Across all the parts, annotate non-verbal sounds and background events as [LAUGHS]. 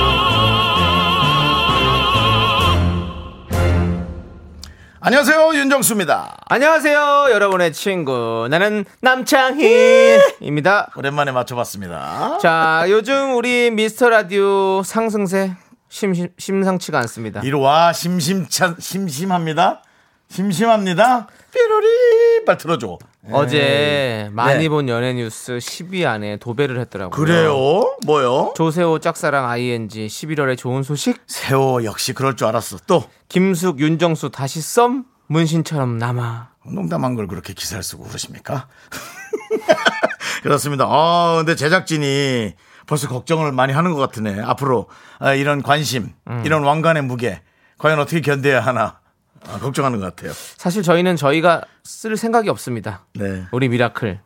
안녕하세요 윤정수입니다. 안녕하세요, 여러분의 친구. 나는 남창희입니다. 오랜만에 맞춰봤습니다. 자, 요즘 우리 미스터 라디오 상승세 심심, 심상치가 않습니다. 이리 와 심심찬 심심합니다. 심심합니다. 삐로리 빨 틀어줘. 어제 많이 네. 본 연예 뉴스 10위 안에 도배를 했더라고요. 그래요? 뭐요? 조세호 짝사랑 ING 11월에 좋은 소식. 세호 역시 그럴 줄 알았어. 또 김숙 윤정수 다시 썸 문신처럼 남아. 농담한 걸 그렇게 기사를 쓰고 그러십니까? [LAUGHS] 그렇습니다. 아 근데 제작진이 벌써 걱정을 많이 하는 것 같으네. 앞으로 아, 이런 관심, 이런 왕관의 무게 과연 어떻게 견뎌야 하나 아, 걱정하는 것 같아요. 사실 저희는 저희가 쓸 생각이 없습니다. 네. 우리 미라클,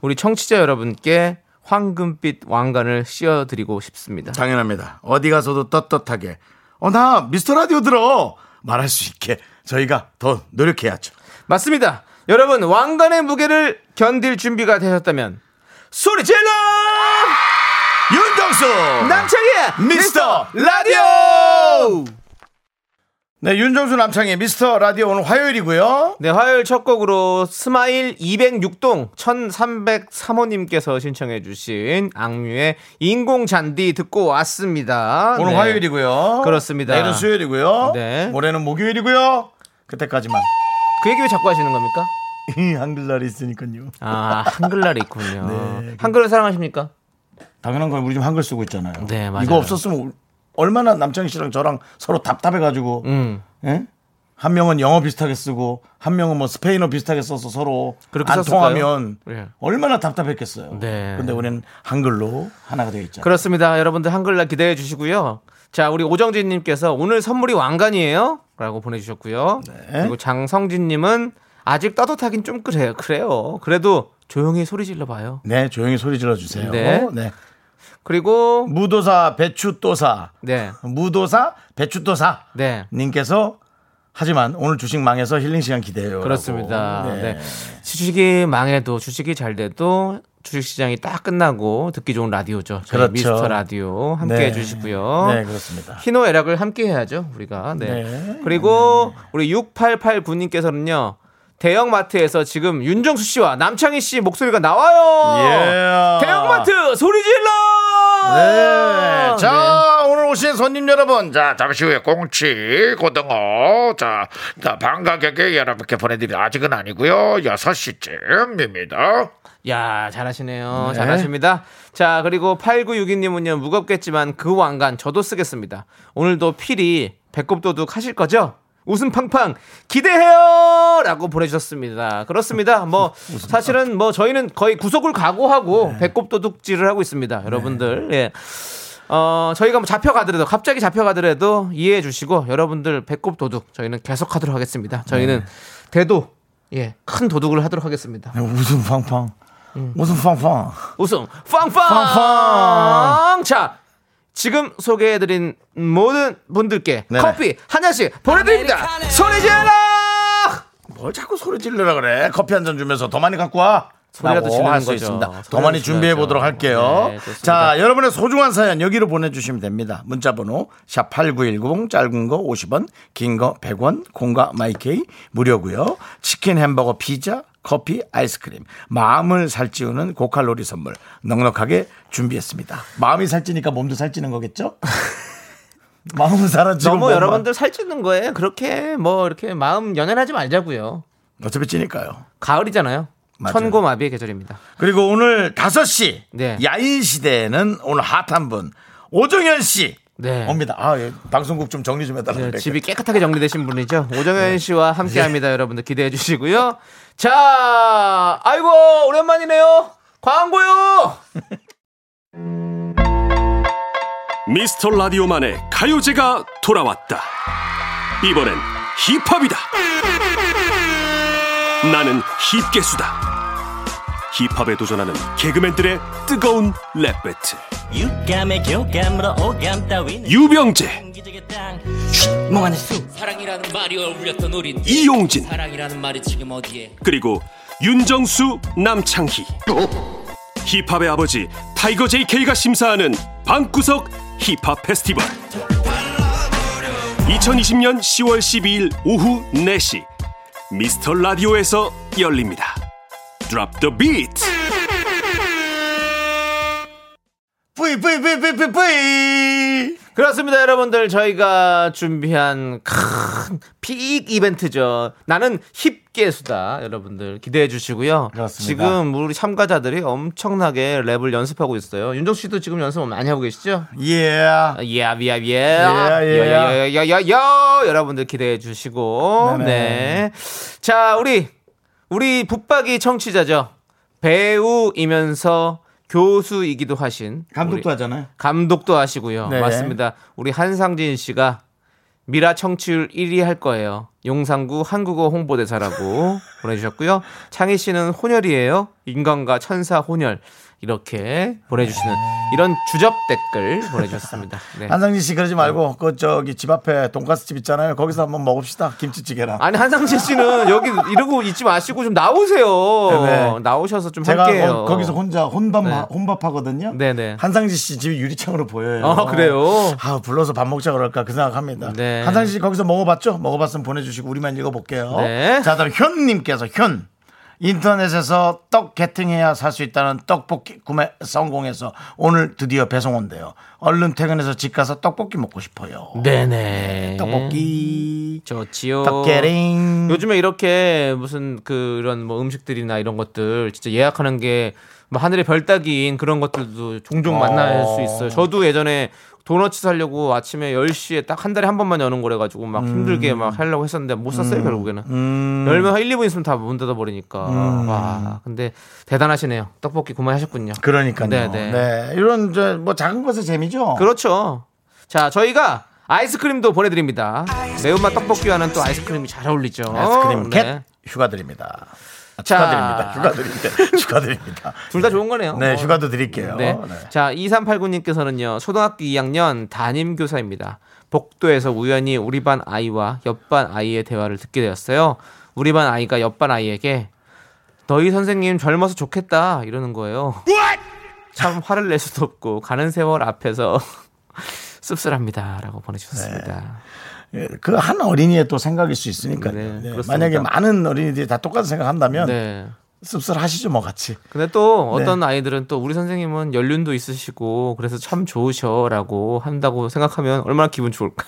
우리 청취자 여러분께 황금빛 왕관을 씌워드리고 싶습니다. 당연합니다. 어디 가서도 떳떳하게 어 나 미스터 라디오 들어 말할 수 있게 저희가 더 노력해야죠. 맞습니다. 여러분 왕관의 무게를 견딜 준비가 되셨다면 소리 질러! 윤정수 남창희 미스터 라디오. 네 윤정수 남창의 미스터 라디오 오늘 화요일이고요. 네 화요일 첫 곡으로 스마일 206동 1303호님께서 신청해주신 악뮤의 인공잔디 듣고 왔습니다. 오늘 네. 화요일이고요. 그렇습니다. 내일은 수요일이고요. 네. 모레는 목요일이고요. 그때까지만 [LAUGHS] 그 얘기 왜 자꾸 하시는 겁니까? 한글날이 있으니까요. 아 [LAUGHS] 한글날이 있군요. 네. 한글을 사랑하십니까? 당연한 건 우리 지금 한글 쓰고 있잖아요. 네, 맞아요. 이거 없었으면 얼마나 남창희 씨랑 저랑 서로 답답해가지고 음. 예? 한 명은 영어 비슷하게 쓰고 한 명은 뭐 스페인어 비슷하게 써서 서로 그렇게 안 썼을까요? 통하면 예. 얼마나 답답했겠어요. 네. 근데 우리는 한글로 하나가 되어 있잖아요. 그렇습니다. 여러분들 한글날 기대해 주시고요. 자, 우리 오정진님께서 오늘 선물이 왕관이에요? 라고 보내주셨고요. 네. 그리고 장성진님은 아직 따뜻하긴 좀 그래요. 그래요. 그래도 조용히 소리 질러봐요. 네, 조용히 소리 질러 주세요. 네. 네. 그리고, 무도사 배추도사. 네. 무도사 배추도사. 네. 님께서 하지만 오늘 주식 망해서 힐링 시간 기대해요. 그렇습니다. 라고. 네. 주식이 망해도 주식이 잘 돼도 주식시장이 딱 끝나고 듣기 좋은 라디오죠. 저희 그렇죠. 미스터 라디오 함께 네. 해주시고요. 네, 그렇습니다. 희노애락을 함께 해야죠 우리가 네. 네. 그리고 우리 6889님께서는요 대형마트에서 지금 윤정수 씨와 남창희 씨 목소리가 나와요 예. 대형마트 소리 질러 네. 자, 오늘 오신 손님 여러분. 자, 자, 잠시 후에 꽁치, 고등어, 자, 자, 반가격에 여러분께 보내드립니다. 아직은 아니고요 6시쯤입니다. 야 잘하시네요 잘하십니다 자 그리고 8962님은요 무겁겠지만 그 왕관 저도 쓰겠습니다 오늘도 필히 배꼽도둑 하실 거죠 웃음 팡팡 기대해요 라고 보내주셨습니다 그렇습니다 뭐 사실은 뭐 저희는 거의 구속을 각오하고 배꼽도둑질을 하고 있습니다 여러분들 예. 어, 저희가 뭐 잡혀가더라도 갑자기 잡혀가더라도 이해해 주시고 여러분들 배꼽 도둑 저희는 계속하도록 하겠습니다. 저희는 대도 예, 큰 도둑을 하도록 하겠습니다. 웃음 팡팡. 웃음 팡팡. 우승 빵빵 빵빵! 자 지금 소개해드린 모든 분들께 네네. 커피 하나씩 보내드립니다 소리 질러 뭘 자꾸 소리 질러라 그래? 커피 한 잔 주면서 더 많이 갖고 와. 소리라도 라고 지르는 할수 뭐 거죠. 있습니다. 더 소리라도 많이 지르죠. 준비해 보도록 할게요. 네, 좋습니다. 자, 여러분의 소중한 사연 여기로 보내주시면 됩니다. 문자번호 샵 #8910 짧은 거 50원, 긴 거 100원, 공과 마이케이 무료고요. 치킨, 햄버거, 피자, 커피, 아이스크림, 마음을 살찌우는 고칼로리 선물 넉넉하게 준비했습니다. 마음이 살찌니까 몸도 살찌는 [LAUGHS] 거겠죠? 마음은 살아지고 너무 몸만. 여러분들 살찌는 거에 그렇게 뭐 이렇게 마음 연연하지 말자고요 어차피 찌니까요. 가을이잖아요 맞아요. 천고마비의 계절입니다 그리고 오늘 5시 네. 야인 시대에는 오늘 핫한 분 오정현 씨 네. 옵니다. 아, 예. 방송국 좀 정리 좀 해달라고. 네, 그랬거든요. 집이 깨끗하게 정리되신 분이죠 네. 오정현 씨와 함께합니다 여러분들 기대해 주시고요 자 아이고 오랜만이네요 광고요 미스터 라디오만의 가요제가 돌아왔다 이번엔 힙합이다 나는 힙계수다. 힙합에 도전하는 개그맨들의 뜨거운 랩 배틀. 육감의 교감으로 오감 따위는 유병재, 기적의 땅 멍하니 수. 사랑이라는 말이 어울렸던 우린 이용진, 사랑이라는 말이 지금 어디에 그리고 윤정수, 남창희. 힙합의 아버지 타이거 JK가 심사하는 방구석 힙합 페스티벌. 2020년 10월 12일 오후 4시 미스터 라디오에서 열립니다. Drop the beat. 뿌이 뿌이 뿌이 뿌이 뿌이 뿌이. 그렇습니다, 여러분들. 저희가 준비한 큰픽 이벤트죠. 나는 힙계수다. 여러분들 기대해 주시고요. 그렇습니다. 지금 우리 참가자들이 엄청나게 랩을 연습하고 있어요. 윤정 씨도 지금 연습 많이 하고 계시죠? 예. 예, 예, 예. 예, 예. 야야야야야야 여러분들 기대해 주시고. 네네. 네. 자, 우리 우리 붙박이 청취자죠. 배우이면서 교수이기도 하신 감독도 우리- 하잖아요. 감독도 하시고요. 네. 맞습니다. 우리 한상진 씨가 미라 청취율 1위 할 거예요. 용산구 한국어 홍보대사라고 [LAUGHS] 보내주셨고요. 창희 씨는 혼혈이에요. 인간과 천사 혼혈 이렇게 보내주시는 이런 주접 댓글 보내주셨습니다. [LAUGHS] 네. 한상진 씨 그러지 말고 그 저기 집 앞에 돈가스 집 있잖아요. 거기서 한번 먹읍시다. 김치찌개랑. 아니 한상진 씨는 여기 이러고 있지 마시고 좀 나오세요. 네. 나오셔서 좀 제가 음, 할게요. 거, 거기서 혼자 혼밥 네. 혼밥 하거든요. 네네. 한상진 씨 집이 유리창으로 보여요. 아, 그래요? 아 불러서 밥 먹자 그럴까 그 생각합니다. 네. 한상진 씨 거기서 먹어봤죠? 먹어봤으면 보내주시고 우리만 읽어볼게요. 네. 자, 다음 현님께서 현 인터넷에서 떡 개팅해야 살 수 있다는 떡볶이 구매 성공해서 오늘 드디어 배송 온대요. 얼른 퇴근해서 집 가서 떡볶이 먹고 싶어요. 네네. 떡볶이 좋지요. 떡게링 요즘에 이렇게 무슨 그 이런 뭐 음식들이나 이런 것들 진짜 예약하는 게 뭐 하늘의 별 따기인 그런 것들도 종종 어. 만날 수 있어요. 저도 예전에 도너츠 사려고 아침에 10시에 딱 한 달에 한 번만 여는 거래 가지고 막 힘들게 음. 막 하려고 했었는데 못 샀어요, 결국에는. 열면 한 1, 2분 있으면 다 문 닫아 버리니까. 음. 와, 근데 대단하시네요. 떡볶이 구매하셨군요. 그러니까요. 네, 네, 네. 이런 저 뭐 작은 것의 재미죠. 그렇죠. 자, 저희가 아이스크림도 보내 드립니다. 매운맛 떡볶이와는 또 아이스크림이 잘 어울리죠. 아이스크림 캣 네. 휴가 드립니다. 아, 자. 축하드립니다. [LAUGHS] 휴가 드립니다. 축하드립니다. 둘 다 좋은 거네요. 네, 어. 휴가도 드릴게요. 네. 네. 자, 2389님께서는요, 초등학교 2학년 담임교사입니다. 복도에서 우연히 우리 반 아이와 옆반 아이의 대화를 듣게 되었어요. 우리 반 아이가 옆반 아이에게 너희 선생님 젊어서 좋겠다 이러는 거예요. 참 화를 낼 수도 없고 가는 세월 앞에서 [LAUGHS] 씁쓸합니다라고 보내주셨습니다. 그 한 어린이의 또 생각일 수 있으니까요. 네, 네, 그렇습니다. 만약에 많은 어린이들이 다 똑같은 생각한다면 네. 씁쓸하시죠, 뭐 같이. 근데 또 어떤 아이들은 또 우리 선생님은 연륜도 있으시고 그래서 참 좋으셔라고 한다고 생각하면 얼마나 기분 좋을까.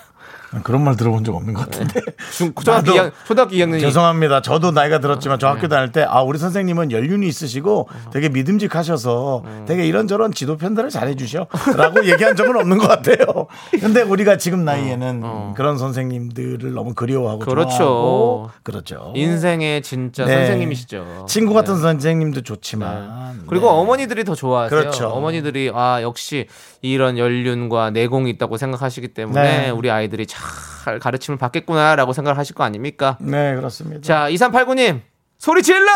그런 말 들어본 적 없는 것 [LAUGHS] 같은데. 중 초등학교 나도- 2학, 초등학교 네. 그 2학년이 어, 네. 죄송합니다. 저도 나이가 들었지만 저 학교 다닐 때 아, 우리 선생님은 연륜이 있으시고 되게 믿음직하셔서 어. 되게 이런저런 지도 편달을 잘해 주셔라고 [LAUGHS] 얘기한 적은 없는 것 같아요. 근데 우리가 지금 나이에는 그런 선생님들을 너무 그리워하고 어, 그렇죠. 좋아하고 그렇죠. 인생의 진짜 네. 선생님이시죠. 친구 같은 네. 선생님도 좋지만 그리고 네. 어머니들이 더 좋아하세요. 그렇죠. 어머니들이 아 역시 이런 연륜과 내공이 있다고 생각하시기 때문에 네. 우리 아이들이 잘 가르침을 받겠구나라고 생각을 하실 거 아닙니까? 네 그렇습니다. 자, 2389님 소리 질러!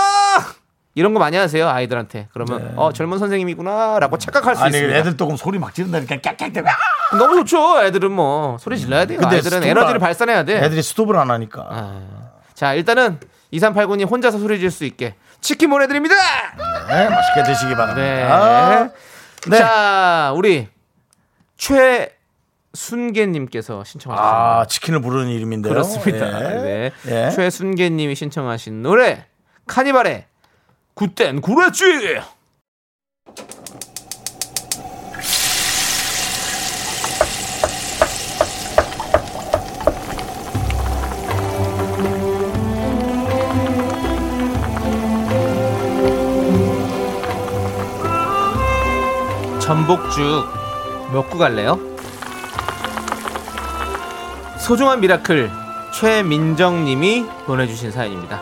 이런 거 많이 하세요 아이들한테. 그러면 어 젊은 선생님이구나라고 착각할 수 네. 아니 있습니다. 애들 조금 소리 막 지른다니까 깍깍대고 아! 너무 좋죠. 애들은 뭐 소리 질러야 돼요. 근데 아이들은 스톱을 에너지를 안- 발산해야 돼. 아. 애들이 스톱을 안 하니까 자, 일단은 2389님 혼자서 소리 질 수 있게 치킨 보내드립니다! 네, 맛있게 드시기 네. 바랍니다. 네. 자, 우리 최순계님께서 신청하셨습니다. 아 치킨을 부르는 이름인데요. 그렇습니다. 예. 네. 예. 최순계님이 신청하신 노래 카니발의 굿댄 구레쥐. 전복죽 먹고 갈래요? 소중한 미라클 최민정님이 보내주신 사연입니다.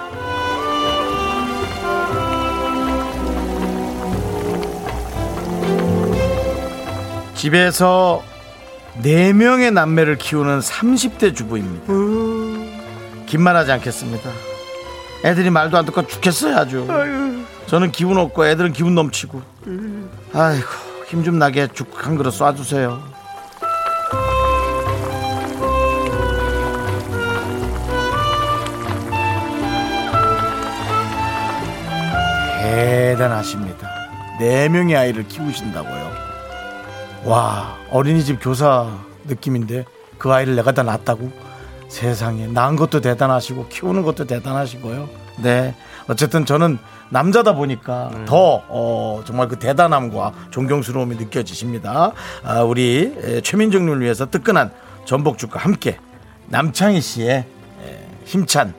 집에서 네명의 남매를 키우는 30대 주부입니다. 긴말하지 않겠습니다. 애들이 말도 안 듣고 죽겠어요 아주 저는 기운 없고 애들은 기운 넘치고 아이고 힘 좀 나게 죽 한 그릇 쏴주세요 대단하십니다 네 명의 아이를 키우신다고요 와 어린이집 교사 느낌인데 그 아이를 내가 다 낳았다고 세상에 낳은 것도 대단하시고 키우는 것도 대단하시고요 네 어쨌든 저는 남자다 보니까 더 어, 정말 그 대단함과 존경스러움이 느껴지십니다 아, 우리 에, 최민정님을 위해서 뜨끈한 전복죽과 함께 남창희 씨의 에, 힘찬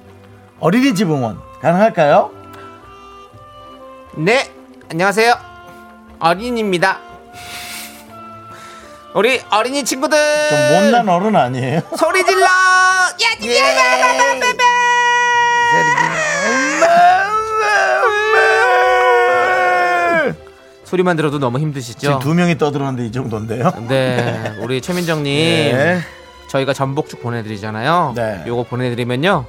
어린이집 응원 가능할까요? 네, 안녕하세요. 어린입니다. 우리 어린이 친구들 좀 네. 못난 어른 아니에요? 소리 질러! 소리만 들어도 너무 힘드시죠? 지금 [LAUGHS] 두 명이 떠들었는데 이 정도인데요? [LAUGHS] 네, 우리 최민정님 네. 저희가 전복죽 보내드리잖아요. 네. 요거 보내드리면요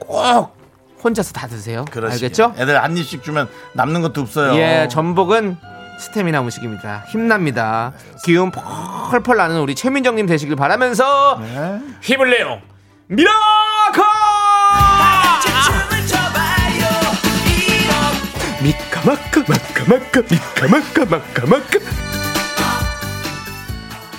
꼭 혼자서 다 드세요. 그러시게. 알겠죠? 애들 한 입씩 주면 남는 것도 없어요. 예, 전복은 스테미나 음식입니다. 힘납니다. 기운 펄펄 나는 우리 최민정님 되시길 바라면서 아, 네. 힘을 내요 미라클!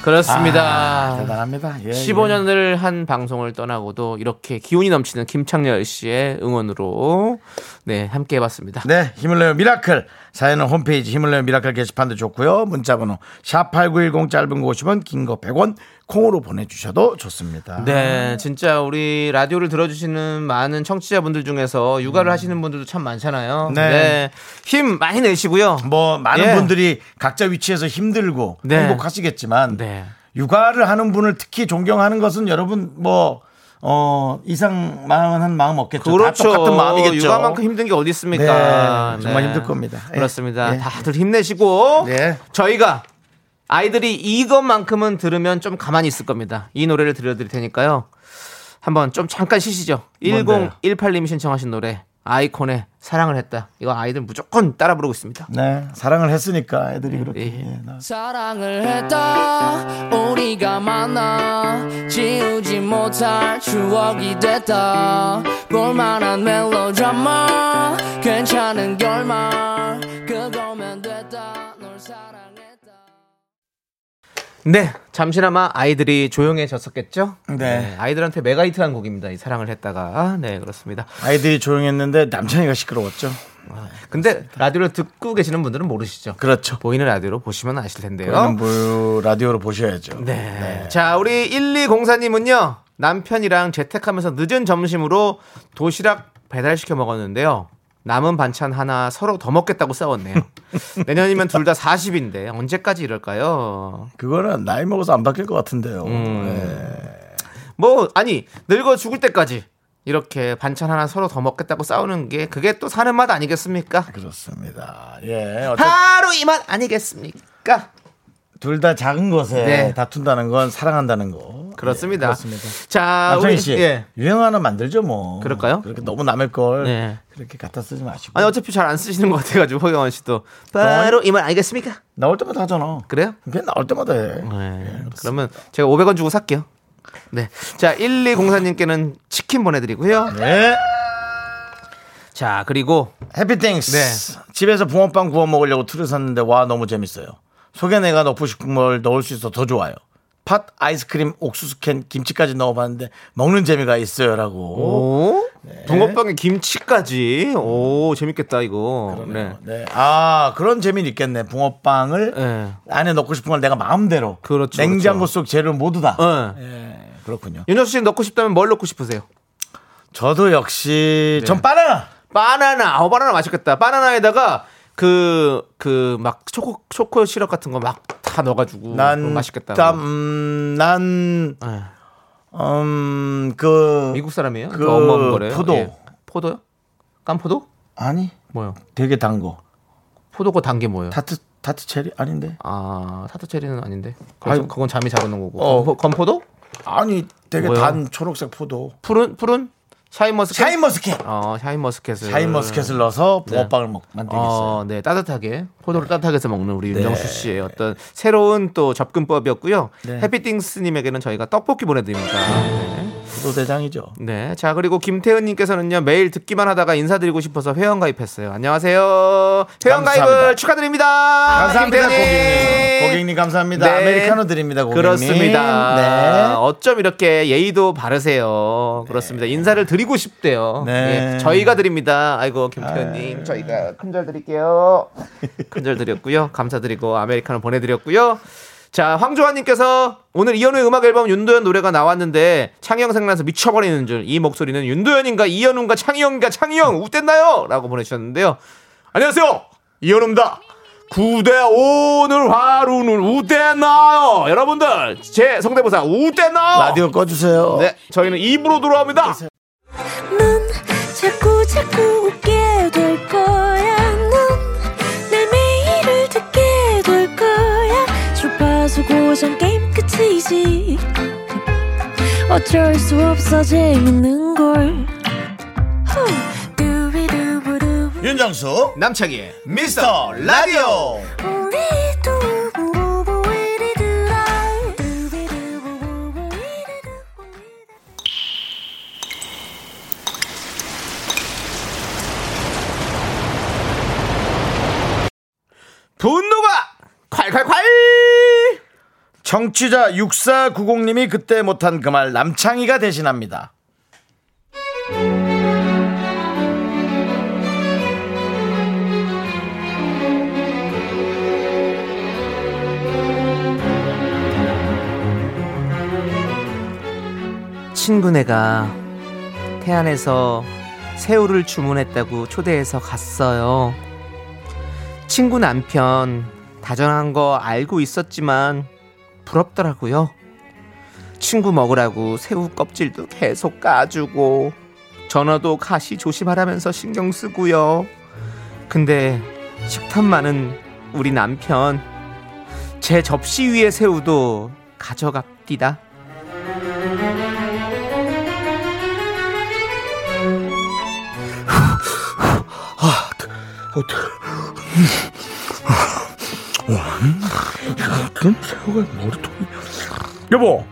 그렇습니다. 대단합니다. 예, 15년을 한 방송을 떠나고도 이렇게 기운이 넘치는 김창렬 씨의 응원으로 네 함께 해봤습니다. 예. 네, 힘을 내요 미라클. 사연은 홈페이지 힘을 내요 미라클 게시판도 좋고요. 문자번호 샵8910 짧은 거 50원, 긴 거 100원, 콩으로 보내주셔도 좋습니다. 네, 진짜 우리 라디오를 들어주시는 많은 청취자분들 중에서 육아를 하시는 분들도 참 많잖아요. 네. 음. 네. 힘 많이 내시고요. 뭐 많은 예. 분들이 각자 위치에서 힘들고 네. 행복하시겠지만 네. 육아를 하는 분을 특히 존경하는 것은 여러분 뭐 어, 이상만한 마음 없겠죠. 그렇죠. 다 똑같은 마음이겠죠. 육아만큼 힘든 게 어디 있습니까? 네, 정말 힘들 겁니다. 예. 그렇습니다. 예. 다들 힘내시고 예. 저희가 아이들이 이것만큼은 들으면 좀 가만히 있을 겁니다. 이 노래를 들려드릴 테니까요. 한번 좀 잠깐 쉬시죠. 뭔데요? 1018님이 신청하신 노래 아이콘의 사랑을 했다. 이거 아이들 무조건 따라 부르고 있습니다. 네, 사랑을 했으니까 애들이 그렇게. 예. 예, 나- 사랑을 했다 우리가 만나 지우지 못할 추억이 됐다 볼만한 멜로드라마 괜찮은 결말 그거면 됐다 널 사랑했다 네, 잠시나마 아이들이 조용해졌었겠죠? 네. 아이들한테 메가히트한 곡입니다. 이 사랑을 했다가 네 그렇습니다. 아이들이 조용했는데 남창이가 시끄러웠죠. 근데 라디오를 듣고 계시는 분들은 모르시죠? 그렇죠. 보이는 라디오로 보시면 아실 텐데요. 보이는 부 라디오로 보셔야죠. 네. 자, 우리 1204님은요. 남편이랑 재택하면서 늦은 점심으로 도시락 배달시켜 먹었는데요. 남은 반찬 하나 서로 더 먹겠다고 싸웠네요. 내년이면 둘 다 40인데 언제까지 이럴까요? 그거는 나이 먹어서 안 바뀔 것 같은데요. 음. 네, 뭐 아니 늙어 죽을 때까지 이렇게 반찬 하나 서로 더 먹겠다고 싸우는 게 그게 또 사는 맛 아니겠습니까? 네, 그렇습니다. 예, 어쨌든 바로 이 맛 아니겠습니까? 둘 다 작은 것에 네. 다툰다는 건 사랑한다는 거. 예, 그렇습니다. 그렇습니다. 자, 남창희 우리 씨 예. 유행 하나 만들죠 뭐. 그럴까요? 그렇게 너무 남의 걸 네. 그렇게 갖다 쓰지 마시고. 아니 어차피 잘 안 쓰시는 것 같아가지고 허경환 씨도 바로 이 말 아니겠습니까? 나올 때마다 하잖아. 그래요? 그냥 나올 때마다 해. 네. 그러면 제가 500원 주고 살게요. 네. 자, 1204님께는 치킨 보내드리고요. 네. 자, 그리고 해피땡스. 네. 집에서 붕어빵 구워 먹으려고 틀을 샀는데 와 너무 재밌어요. 속에 내가 넣고 싶은 걸 넣을 수 있어 더 좋아요. 팥, 아이스크림, 옥수수 캔, 김치까지 넣어봤는데 먹는 재미가 있어요라고. 오 붕어빵에 김치까지. 오 재밌겠다 이거. 네. 네. 아 그런 재미는 있겠네. 붕어빵을 네. 안에 넣고 싶은 걸 내가 마음대로. 그렇죠, 냉장고 그렇죠. 속 재료 모두 다. 어. 예, 그렇군요. 윤정수 씨 넣고 싶다면 뭘 넣고 싶으세요? 저도 역시 전 바나나. 바나나. 어 바나나 맛있겠다. 바나나에다가 그 그 막 초코 초코 시럽 같은 거 막 다 넣어가지고 난 그거 맛있겠다. 땀, 음, 난 예. 음, 그 미국 사람이에요? 그 그 어마어마한 거래요. 포도. 예. 포도요? 깐포도? 아니 뭐요? 되게 단 거. 포도고 단게 뭐예요? 타트 타트 체리 아닌데. 아 타투 체리는 아닌데 그건, 아유. 그건 잠이 잘 오는 거고 어. 건포, 건포도 아니 되게 뭐요? 단 초록색 포도. 푸른 푸른 샤인머스켓. 샤인머스켓. 어, 네. 샤인머스켓을. 샤인머스켓을 넣어서 네. 붕어빵을 먹- 만들겠어요. 어, 네, 따뜻하게 포도를 따뜻하게 해서 먹는 우리 윤정수 씨의 어떤 새로운 또 접근법이었고요. 네. 아, 해피띵스님에게는 저희가 떡볶이 보내드립니다. 네. 부도대장이죠. 네. 자, 그리고 김태은님께서는요, 매일 듣기만 하다가 인사드리고 싶어서 회원가입했어요. 안녕하세요. 회원가입을 감사합니다. 축하드립니다. 감사합니다, 김태은님. 고객님. 고객님 감사합니다. 아메리카노 드립니다, 고객님. 그렇습니다. 네. 어쩜 이렇게 예의도 바르세요. 그렇습니다. 인사를 드리고 싶대요. 네. 예, 저희가 드립니다. 아이고 김태현님, 저희가 큰절 드릴게요. 큰절 드렸고요. 감사드리고 아메리카노 보내드렸고요. 자 황조환님께서 오늘 이현우의 음악 앨범 윤도현 노래가 나왔는데 창영 생각나서 미쳐버리는 줄 이 목소리는 윤도현인가 이현우인가 창영인가 창영 웃댔나요?라고 보내주셨는데요. 안녕하세요 이현우입니다. 구대 오늘 하루는 우대나요 여러분들 제 성대모사 우대나요 라디오 꺼주세요. 네 저희는 입으로 돌아옵니다 넌 자꾸 자꾸 웃게 될 거야. 넌내 매일을 듣게 될 거야. 주파수 고정 게임 끝이지. 어쩔 수 없어 재밌는 걸. 후. 두비두부두. 예. 윤정수 남창희의 미스터 라디오. 우리 두부부부 우리 두라. 두비두부부부 우리 두부부. 분노가 콸콸콸 정취자 6490님이 그때 못한 그 말 남창희가 대신합니다. 친구네가 태안에서 새우를 주문했다고 초대해서 갔어요 친구 남편 다정한 거 알고 있었지만 부럽더라고요 친구 먹으라고 새우 껍질도 계속 까주고 전어도 가시 조심하라면서 신경 쓰고요 근데 식탐 많은 우리 남편 제 접시 위에 새우도 가져갑디다. 그럼 새우가 머리통이. 여보,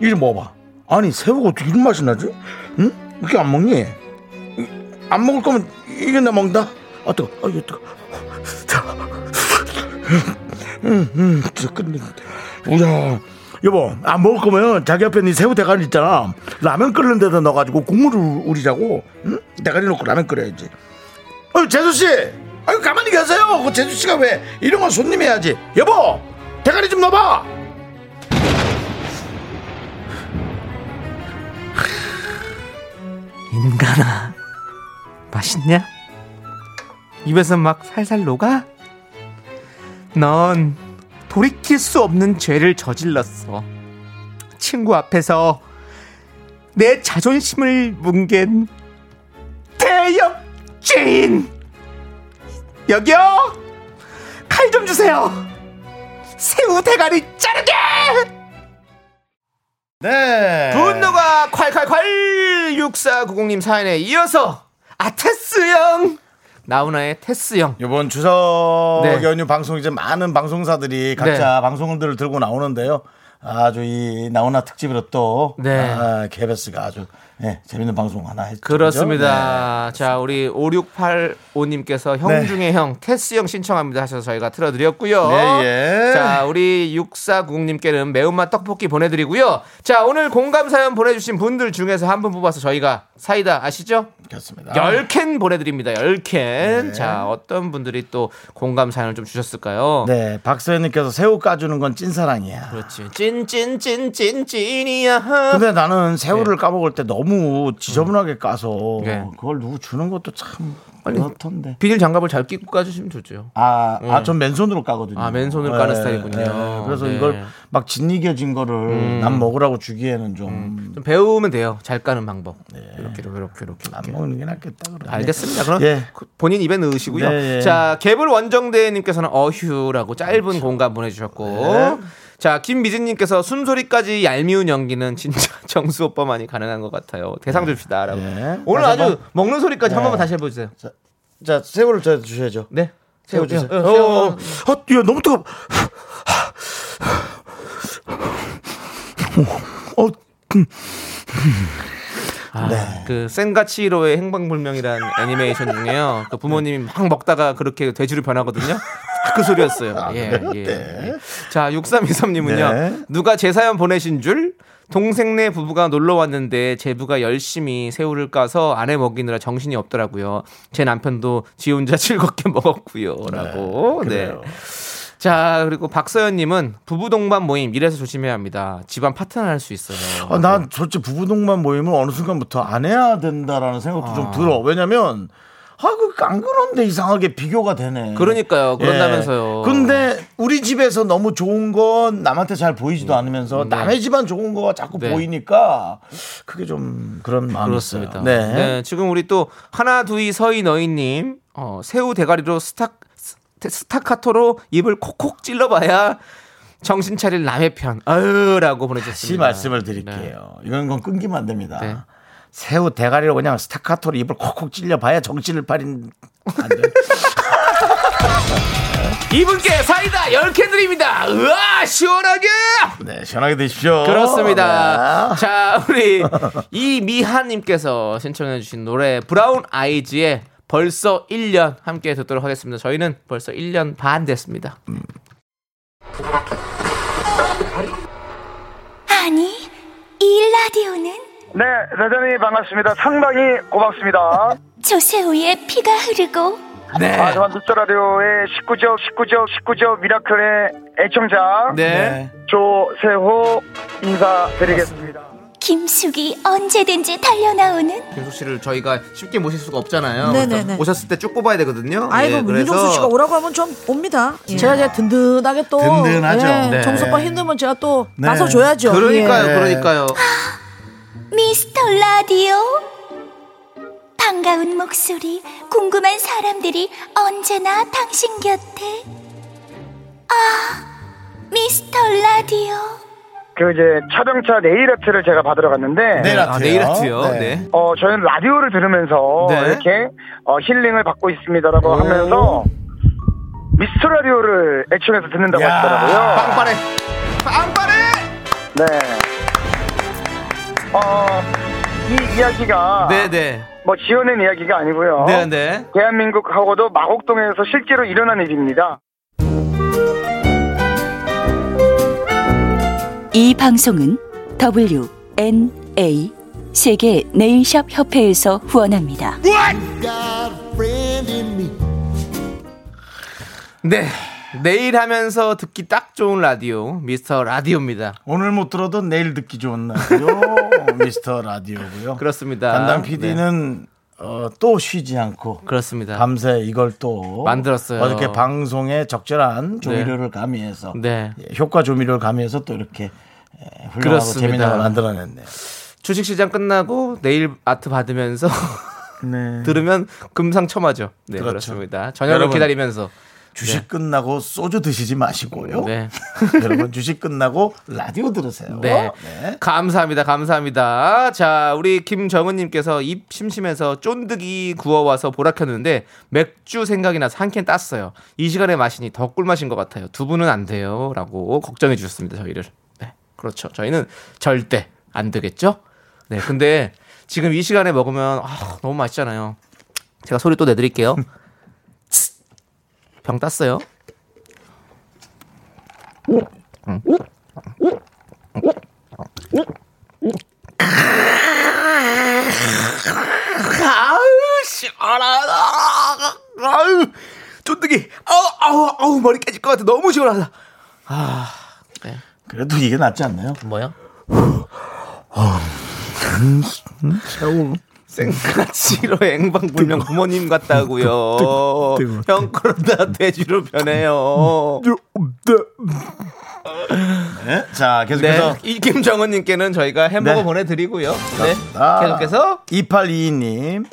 이리 먹어봐. 아니 새우가 어떻게 이런 맛이 나지? 응? 이렇게 안 먹니? 이- 안 먹을 거면 이게 나 먹는다. 아 뜨거, 아 이거 뜨거. 자, 음, 음, 진짜 끝내는데. 우야, 여보, 안 먹을 거면 자기 앞에 네 새우 대가리 있잖아. 라면 끓는 데다 넣어가지고 국물을 우리자고. 응? 대가리 넣고 라면 끓여야지. 어, 재수 씨, 아유 가만히 계세요. 그 재수 씨가 왜 이런 건 손님이 해야지. 여보, 대가리 좀 넣어봐. 인간아 맛있냐? 입에서 막 살살 녹아? 넌 돌이킬 수 없는 죄를 저질렀어 친구 앞에서 내 자존심을 뭉갠 대역죄인 여기요 칼 좀 주세요 새우 대가리 자르게 네. 분노가 콸콸콸 6490님 사연에 이어서 아 테스형 나훈아의 테스형 이번 추석 네. 연휴 방송 이제 많은 방송사들이 각자 방송들을 들고 나오는데요. 아주 이 나훈아 특집으로 또 네. 아, KBS가 아주 예, 재밌는 방송 하나 했죠. 그렇습니다. 네. 자, 우리 5685님께서 형 네. 중에 형, 테스형 신청합니다 하셔서 저희가 틀어드렸고요. 네, 예. 자, 우리 6490님께는 매운맛 떡볶이 보내드리고요. 자, 오늘 공감사연 보내주신 분들 중에서 한 분 뽑아서 저희가 사이다 아시죠? 네, 그렇습니다. 열 캔 보내드립니다. 열캔 자, 어떤 분들이 또 공감 사연을 좀 주셨을까요? 네, 박서연님께서 새우 까주는 건 찐사랑이야. 그렇지. 찐찐찐찐찐이야. 근데 나는 새우를 까먹을 때 너무 지저분하게 까서 네. 그걸 누구 주는 것도 참 그렇던데. 비닐 장갑을 잘 끼고 까주시면 좋죠. 아, 아, 전 맨손으로 까거든요. 음. 예, 아, 맨손으로 까는 스타일이군요. 그래서 네. 음. 이걸 막 짓이겨진 거를 남 먹으라고 주기에는 좀 안 좀 배우면 돼요. 잘 까는 방법. 이렇게 이렇게 이렇게 이렇게. 네. 먹는 게 낫겠다. 그러네. 알겠습니다. 그럼 예. 그 본인 입에 넣으시고요. 네, 예. 그렇죠. 네. 자, 개불 원정대님께서는 어휴라고 짧은 공감 보내주셨고, 자, 김미진님께서 숨소리까지 얄미운 연기는 진짜 [LAUGHS] 정수 오빠만이 가능한 것 같아요. 대상 줍시다. 라고. 네. 오늘 다시 아주 한번. 먹는 소리까지 한 네. 번만 다시 해보세요. 자, 새우를 저 주셔야죠. 네. 새우 주세요. 어, 어, 새우. 어, 어, 야, 너무 뜨거. 워 어, 그 센가치로의 행방불명이란 애니메이션 중에요. 그 부모님이 막 먹다가 그렇게 돼지로 변하거든요. 그 소리였어요. 예, 예. 예. 자, 6323님은요. 네. 누가 제 사연 보내신 줄? 동생네 부부가 놀러 왔는데 제부가 열심히 새우를 까서 아내 먹이느라 정신이 없더라고요. 제 남편도 지 혼자 즐겁게 [LAUGHS] 먹었고요라고. 네. 자, 그리고 박서연님은 부부 동반 모임 이래서 조심해야 합니다. 집안 파트너 할 수 있어요. 아, 네. 난 솔직히 부부동반 모임을 어느 순간부터 안 해야 된다라는 생각도 좀 아. 들어. 왜냐면 아, 그안 그런데 이상하게 비교가 되네. 그러니까요. 그런다면서요. 예. 근데 우리 집에서 너무 좋은 건 남한테 잘 보이지도 않으면서 남의 집안 좋은 거가 자꾸 음. 네. 보이니까 그게 좀 그런 마음이 있어요. 그렇습니다. 네. 네. 지금 우리 또 하나 두이 서이 너희님 어, 새우 대가리로 스타 스타카토로 입을 콕콕 찔러봐야 정신 차릴 남의 편 다시 아유라고 보내주셨습니다. 말씀을 드릴게요. 이건 건 끊기면 안 됩니다. 네. 새우 대가리로 그냥 스타카토로 입을 콕콕 찔려봐야 정신을 팔인 안 [LAUGHS] 돼. 이분께 사이다 10개 드립니다. 으아 시원하게. 네, 시원하게 드십시오. 그렇습니다. 네. 자 우리 이미하님께서 신청해주신 노래 브라운 아이즈의 벌써 1년 함께 듣도록 하겠습니다. 저희는 벌써 1년 반 됐습니다. 아니, 이 라디오는 네, 대단히 반갑습니다. 상당히 고맙습니다. 조세호의 피가 흐르고 네. 아, 저는 미스터 라디오의 19적, 19적, 19적 미라클의 애청자 네. 조세호 인사드리겠습니다. 김숙이 언제든지 달려나오는 네. 김숙 씨를 저희가 쉽게 모실 수가 없잖아요. 네네네. 그래서 오셨을 때 쭉 뽑아야 되거든요. 예, 아이고 그래서 민정수 씨가 오라고 하면 좀 옵니다. 예. 제가 이제 든든하게 또 든든하죠. 네. 예, 정수 오빠 힘들면 제가 또 네. 나서 줘야죠. 그러니까요, 예. 그러니까요. 미스터 라디오. 반가운 목소리, 궁금한 사람들이 언제나 당신 곁에. 아, 미스터 라디오. 그 이제 촬영차 네일아트를 제가 받으러 갔는데 내일 아트요. 아, 내일 아트요. 네. 어, 저희는 라디오를 들으면서 네. 이렇게 어, 힐링을 받고 있습니다라고 하면서 미스터 라디오를 애청해서 듣는다고 야. 하더라고요. 빵빠레. 빵빠레. 네. 어, 이 이야기가 네네. 뭐 지어낸 이야기가 아니고요. 어? 네네. 대한민국하고도 마곡동에서 실제로 일어난 일입니다. 이 방송은 WNA 세계 네일샵 협회에서 후원합니다. 네. 내일 하면서 듣기 딱 좋은 라디오 미스터 라디오입니다. 오늘 못 들어도 내일 듣기 좋은 라디오 [LAUGHS] 미스터 라디오고요. 그렇습니다. 네. 담당 PD는 어, 또 쉬지 않고 그렇습니다. 밤새 이걸 또 만들었어요. 어저께 방송에 적절한 조미료를 가미해서 네. 예, 효과 조미료를 가미해서 또 이렇게 예, 훌륭하고 그렇습니다. 재미나게 만들어냈네요. 주식 시장 끝나고 내일 아트 받으면서 [LAUGHS] 네. 들으면 금상첨화죠. 네, 그렇죠. 그렇습니다 저녁을 여러분. 기다리면서. 주식 끝나고 소주 드시지 마시고요. 네. [LAUGHS] 여러분 주식 끝나고 라디오 들으세요. 네. 감사합니다. 감사합니다. 자, 우리 김정은님께서 입 심심해서 쫀득이 구워와서 보라 켰는데 맥주 생각이 나서 한 캔 땄어요. 이 시간에 마시니 더 꿀맛인 것 같아요. 두 분은 안 돼요. 라고 걱정해 주셨습니다. 저희를. 네. 그렇죠. 저희는 절대 안 되겠죠? 네. 근데 지금 이 시간에 먹으면 아, 너무 맛있잖아요. 제가 소리 또 내드릴게요. [LAUGHS] 병 땄어요. 아우 시원하다 아우 쫀득이 아우 아우 아우 머리 깨질 것 같아 너무 시원하다 그래도 이게 낫지 않나요? 뭐야? 새우 생가치로 앵방불명 부모님 같다고요 형 그러다 돼지로 변해요 음, 네. 자 네, 계속해서 이 김정은님께는 저희가 햄버거 네. 보내드리고요 네, 아. 계속해서 2822님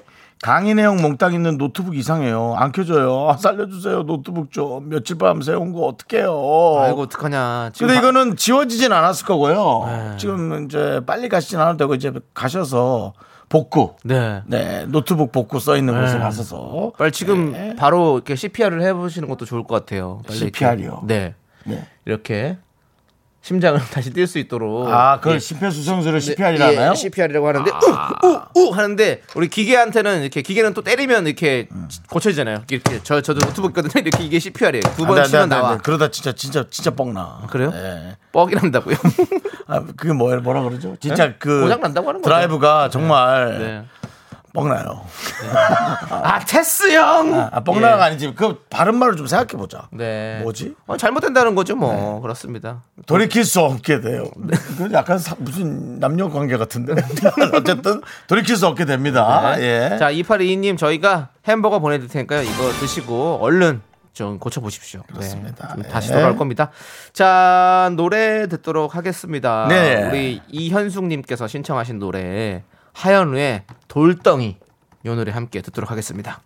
강의 내용 몽땅 있는 노트북 이상해요. 안 켜져요. 아, 살려주세요. 노트북 좀 며칠 밤 세운 거 어떡해요. 아이고 어떡하냐. 지금 근데 네. 바- 이거는 지워지진 않았을 거고요. 지금 이제 빨리 가시진 않아도 되고 이제 가셔서 복구. 네. 노트북 복구 써 있는 곳에 네. 가셔서 빨리 지금 바로 이렇게 CPR을 해보시는 것도 좋을 것 같아요. 빨리 이렇게. 네. CPR이요? 네. 네. 이렇게 심장을 [LAUGHS] 다시 뛸 수 있도록. 아, 그걸 예. 심폐소생술을 네, CPR이라 하나요? 예, CPR이라고 하는데 우우우 하는데 우리 기계한테는 이렇게 기계는 또 때리면 이렇게 고쳐지잖아요. 이렇게 저 저도 노트북 있거든요. 이렇게 이게 CPR이에요. 두 번 안 돼, 안 치면 돼, 안 돼. 나와. 그러다 진짜 진짜 진짜 뻥나. 그래요? 네. 뻑이란다고요? [LAUGHS] 아, 그게 뭐 뭐라 그러죠? 진짜 네? 그 고장 난다고 하는 거죠. 드라이브가 정말 네. 뻥나요. 아 테스 형. 아, 아, 뻥나가 아니지. 그 바른 말을 좀 생각해 보자. 예. 네. 뭐지? 네. 어, 잘못된다는 거죠, 뭐 그렇습니다. 돌이킬 수 없게 돼요. 그건 약간 사- 무슨 남녀 관계 같은데. [LAUGHS] 어쨌든 돌이킬 수 없게 됩니다. 예. 네. 자, 2822님 저희가 햄버거 보내드릴 테니까요. 이거 드시고 얼른 좀 고쳐보십시오. 그렇습니다. 다시 네. 돌아올 겁니다. 자, 노래 듣도록 하겠습니다. 네. 우리 이현숙님께서 신청하신 노래 하현우의 돌덩이 요 노래 함께 듣도록 하겠습니다.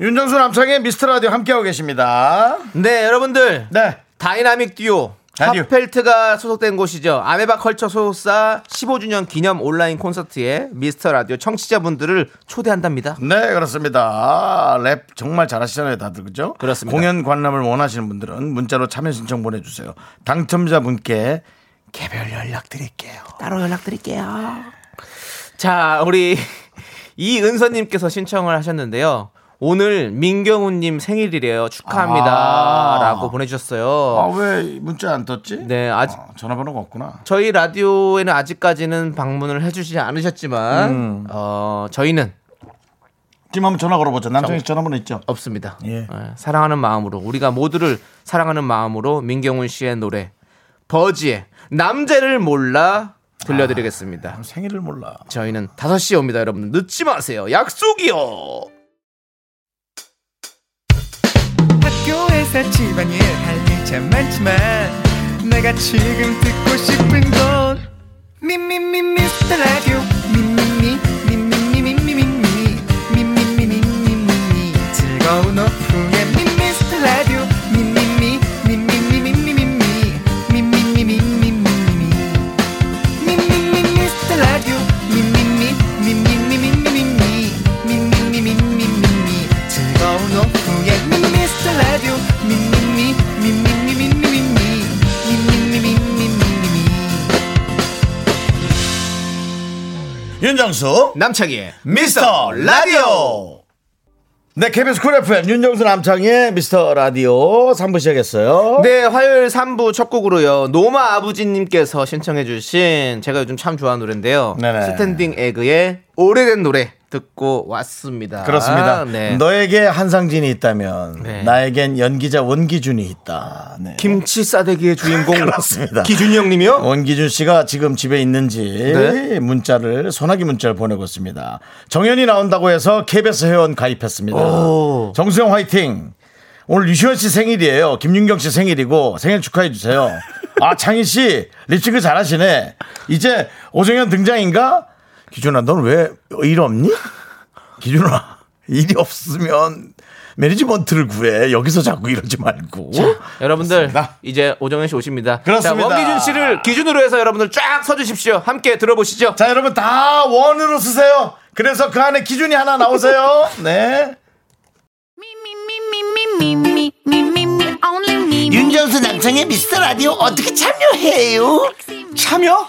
윤정수 남창의 미스터 라디오 함께하고 계십니다. 네, 여러분들. 네. 다이나믹 듀오. 라디오. 핫펠트가 소속된 곳이죠. 아메바 컬처 소속사 15주년 기념 온라인 콘서트에 미스터 라디오 청취자분들을 초대한답니다. 네, 그렇습니다. 아, 랩 정말 잘하시잖아요, 다들 그죠? 그렇습니다. 공연 관람을 원하시는 분들은 문자로 참여 신청 보내주세요. 당첨자분께 개별 연락 드릴게요. 따로 연락드릴게요. 자, 우리 [LAUGHS] 이은서님께서 신청을 하셨는데요. 오늘 민경훈님 생일이래요. 축하합니다. 아. 라고 아, 보내주셨어요. 왜 문자 안 떴지? 네, 아직, 아, 전화번호가 없구나. 저희 라디오에는 아직까지는 방문을 해주시지 않으셨지만, 음. 어, 저희는 지금 한번 전화 걸어보자. 남창희 씨 전화번호 있죠? 없습니다. 예. 예, 사랑하는 마음으로, 우리가 모두를 사랑하는 마음으로 민경훈 씨의 노래, 버지의 남자를 몰라 들려드리겠습니다. 생일을 몰라. 저희는 5시에 옵니다, 여러분. 늦지 마세요. 약속이요! 학교에서 집안일 할 일 참 많지만 내가 지금 듣고 싶은 건 미미미 미스터 라디오 미미미 미미미 미미미 미미미 미미미 즐거운 오후에 미스터 라디오 미미미 미미미 미미미 미미미 미미미 미미미 미스터 라디오 미미미 미미미 미미미 미미미 미미미 즐거운 오후에 미스터 라디오 미미미 미미미 미미미 미미미 미미미 윤정수 남창희의 미스터 라디오 네 KBS 쿨 FM 윤정수 남창희의 미스터 라디오 3부 시작했어요 네, 화요일 3부 첫 곡으로요. 노마 아부지님께서 신청해주신 제가 요즘 참 좋아하는 노래인데요. 네네. 스탠딩 에그의 오래된 노래 듣고 왔습니다. 그렇습니다 네. 너에게 한상진이 있다면 네. 나에겐 연기자 원기준이 있다 네. 김치 싸대기의 [LAUGHS] 주인공 [LAUGHS] 그렇습니다 기준이 형님이요? 원기준 씨가 지금 집에 있는지 네. 문자를 소나기 문자를 보내고 있습니다 정연이 나온다고 해서 KBS 회원 가입했습니다 오. 정수영 화이팅 오늘 유시원 씨 생일이에요. 김윤경 씨 생일이고 생일 축하해 주세요. 아 창희 씨 립싱크 잘하시네. 이제 오정현 등장인가? 기준아, 넌 왜 일 없니? 기준아, 일이 없으면 매니지먼트를 구해. 여기서 자꾸 이러지 말고. 여러분들 그렇습니다. 이제 오정현 씨 오십니다. 그렇습니다. 자, 원기준 씨를 기준으로 해서 여러분들 쫙 서주십시오. 함께 들어보시죠. 자, 여러분 다 원으로 쓰세요. 그래서 그 안에 기준이 하나 나오세요. 네. 윤정수 남성의 미스터 라디오 어떻게 참여해요? 참여?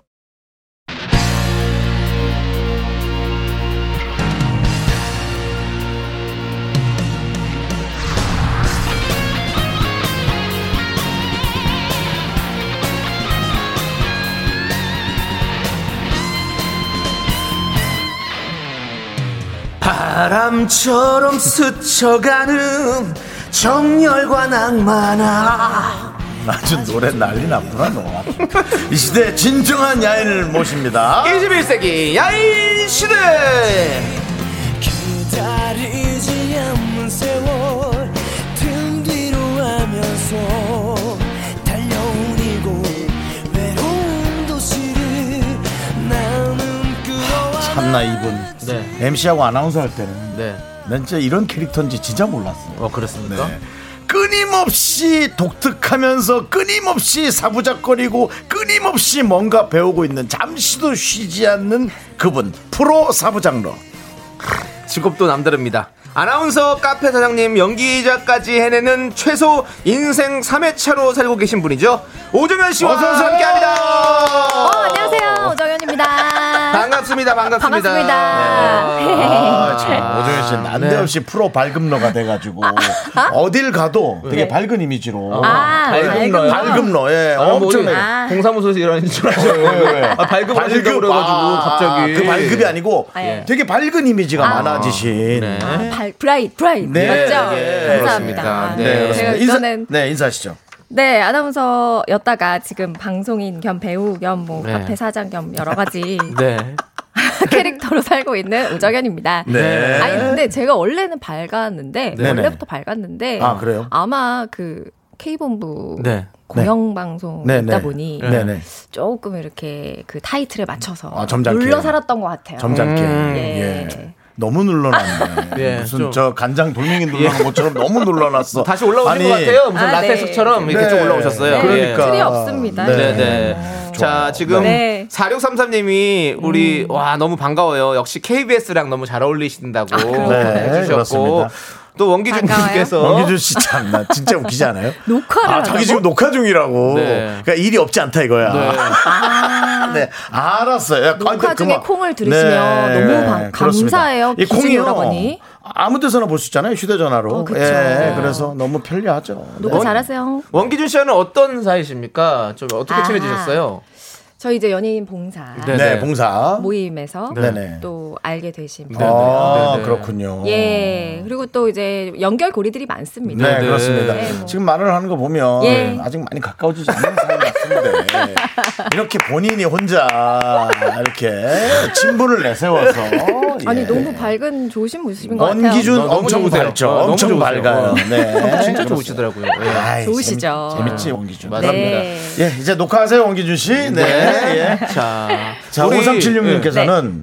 바람처럼 스쳐가는 정열과 낭만아 아주 노래 난리 났구나 너. 이 시대 진정한 야인을 모십니다. 21세기 야인 시대. 기다리지 않는 세월 등 뒤로 하면서 달려온 이곳 외로운 도시를 나는 끌어와 참나 이분. MC하고 아나운서 할 때는. 난 진짜 이런 캐릭터인지 진짜 몰랐어요. 네, 어 네. 그렇습니까? 끊임없이 독특하면서 끊임없이 사부작거리고 끊임없이 뭔가 배우고 있는 잠시도 쉬지 않는 그분 프로 사부장로 직업도 남다릅니다. 아나운서 카페 사장님 연기자까지 해내는 최소 인생 3회차로 살고 계신 분이죠. 오정현 씨와 어서 오세요. 함께합니다. 어, 안녕하세요. 오정현입니다. 반갑습니다. 네. 반갑습니다. 반갑습니다. 네. 아, 참 오정현 씨는 난데없이 프로 발급러가 돼가지고 어딜 가도 되게 밝은 이미지로 아, 밝음러요? 발급러 예 아, 뭐 엄청나요 어디 공사무소에서 일하는 줄 알았어요. 아, 발급을 하신다고 그래가지고 갑자기. 그 발급이 아니고 아, 예. 되게 밝은 이미지가 아. 많아지신 네. 발- 브라이트, 브라이트. 네, 맞죠? 네, 감사합니다. 그렇습니다. 네, 그렇습니다. 제가 인사, 이전엔- 네, 인사하시죠. 네, 아나운서였다가 지금 방송인 겸 배우 겸 뭐 네. 카페 사장 겸 [LAUGHS] 여러 가지 네. [LAUGHS] 캐릭터로 살고 있는 오정현입니다. 네. 아니 근데 제가 원래는 밝았는데 네네. 원래부터 밝았는데 아, 그래요? 마그 K 본부 네. 공영 방송이다 네네. 보니 네네. 조금 이렇게 그 타이틀에 맞춰서 아, 점잖게. 눌러 살았던 것 같아요. 점잖게. 음. 예. 너무 눌러놨네. [LAUGHS] 예, 무슨 좀. 저 간장 돌멩이 눌러놓은 예. 것처럼 너무 눌러놨어. [LAUGHS] 다시 올라오신 것 같아요. 무슨 아, 네. 라떼스처럼 이렇게 쭉 올라오셨어요. 네, 그러니까. 틀이 없습니다. 네, 네. 자, 지금 네. 4633님이 음. 우리 와 너무 반가워요. 역시 KBS랑 너무 잘 어울리신다고 그렇구나. 네, 해주셨고 그렇습니다. 또 원기준 님께서 원기준 씨 참나 진짜 웃기지 않아요? [LAUGHS] 녹화를 아, 하자고? 자기 지금 녹화 중이라고. 네. 그러니까 일이 없지 않다 이거야. 네. 아, [LAUGHS] 네. 알았어요. 야, 녹화 근데 중에 그만. 네. 콩을 들으시면 너무 감- 그렇습니다. 감사해요. 이 기준이 콩이요. 오라버니. 아무 데서나 볼 수 있잖아요. 휴대전화로. 그쵸. 예, 그래서 너무 편리하죠. 네. 녹화 잘하세요. 원기준 씨와는 어떤 사이십니까? 좀 어떻게 아하. 친해지셨어요? 저 이제 연예인 봉사 네, 네, 봉사. 뭐 모임에서 네네. 또 알게 되신 분. 아, 네, 네네. 그렇군요. 예. 그리고 또 이제 연결고리들이 많습니다. 어. 네, 그렇습니다. 네, 뭐. 지금 말을 하는 거 보면 예. 아직 많이 가까워지지 않은 사람 같은데 이렇게 본인이 혼자 이렇게 친분을 내세워서 [LAUGHS] 아니 예. 너무 밝은 조심 무심인 것 같아요. 네. 원기준 너무 엄청 좋으세요. 밝죠. 어, 너무 엄청 좋으세요. 밝아요. 어. 네. 진짜 좋으시더라고요. 예. 아이, 좋으시죠. 네. 재밌, 지 원기준. 맞습니다. 예, 이제 녹화하세요, 원기준 씨. 네. 네. 예. 자, 자, 우리- 5376님께서는 네.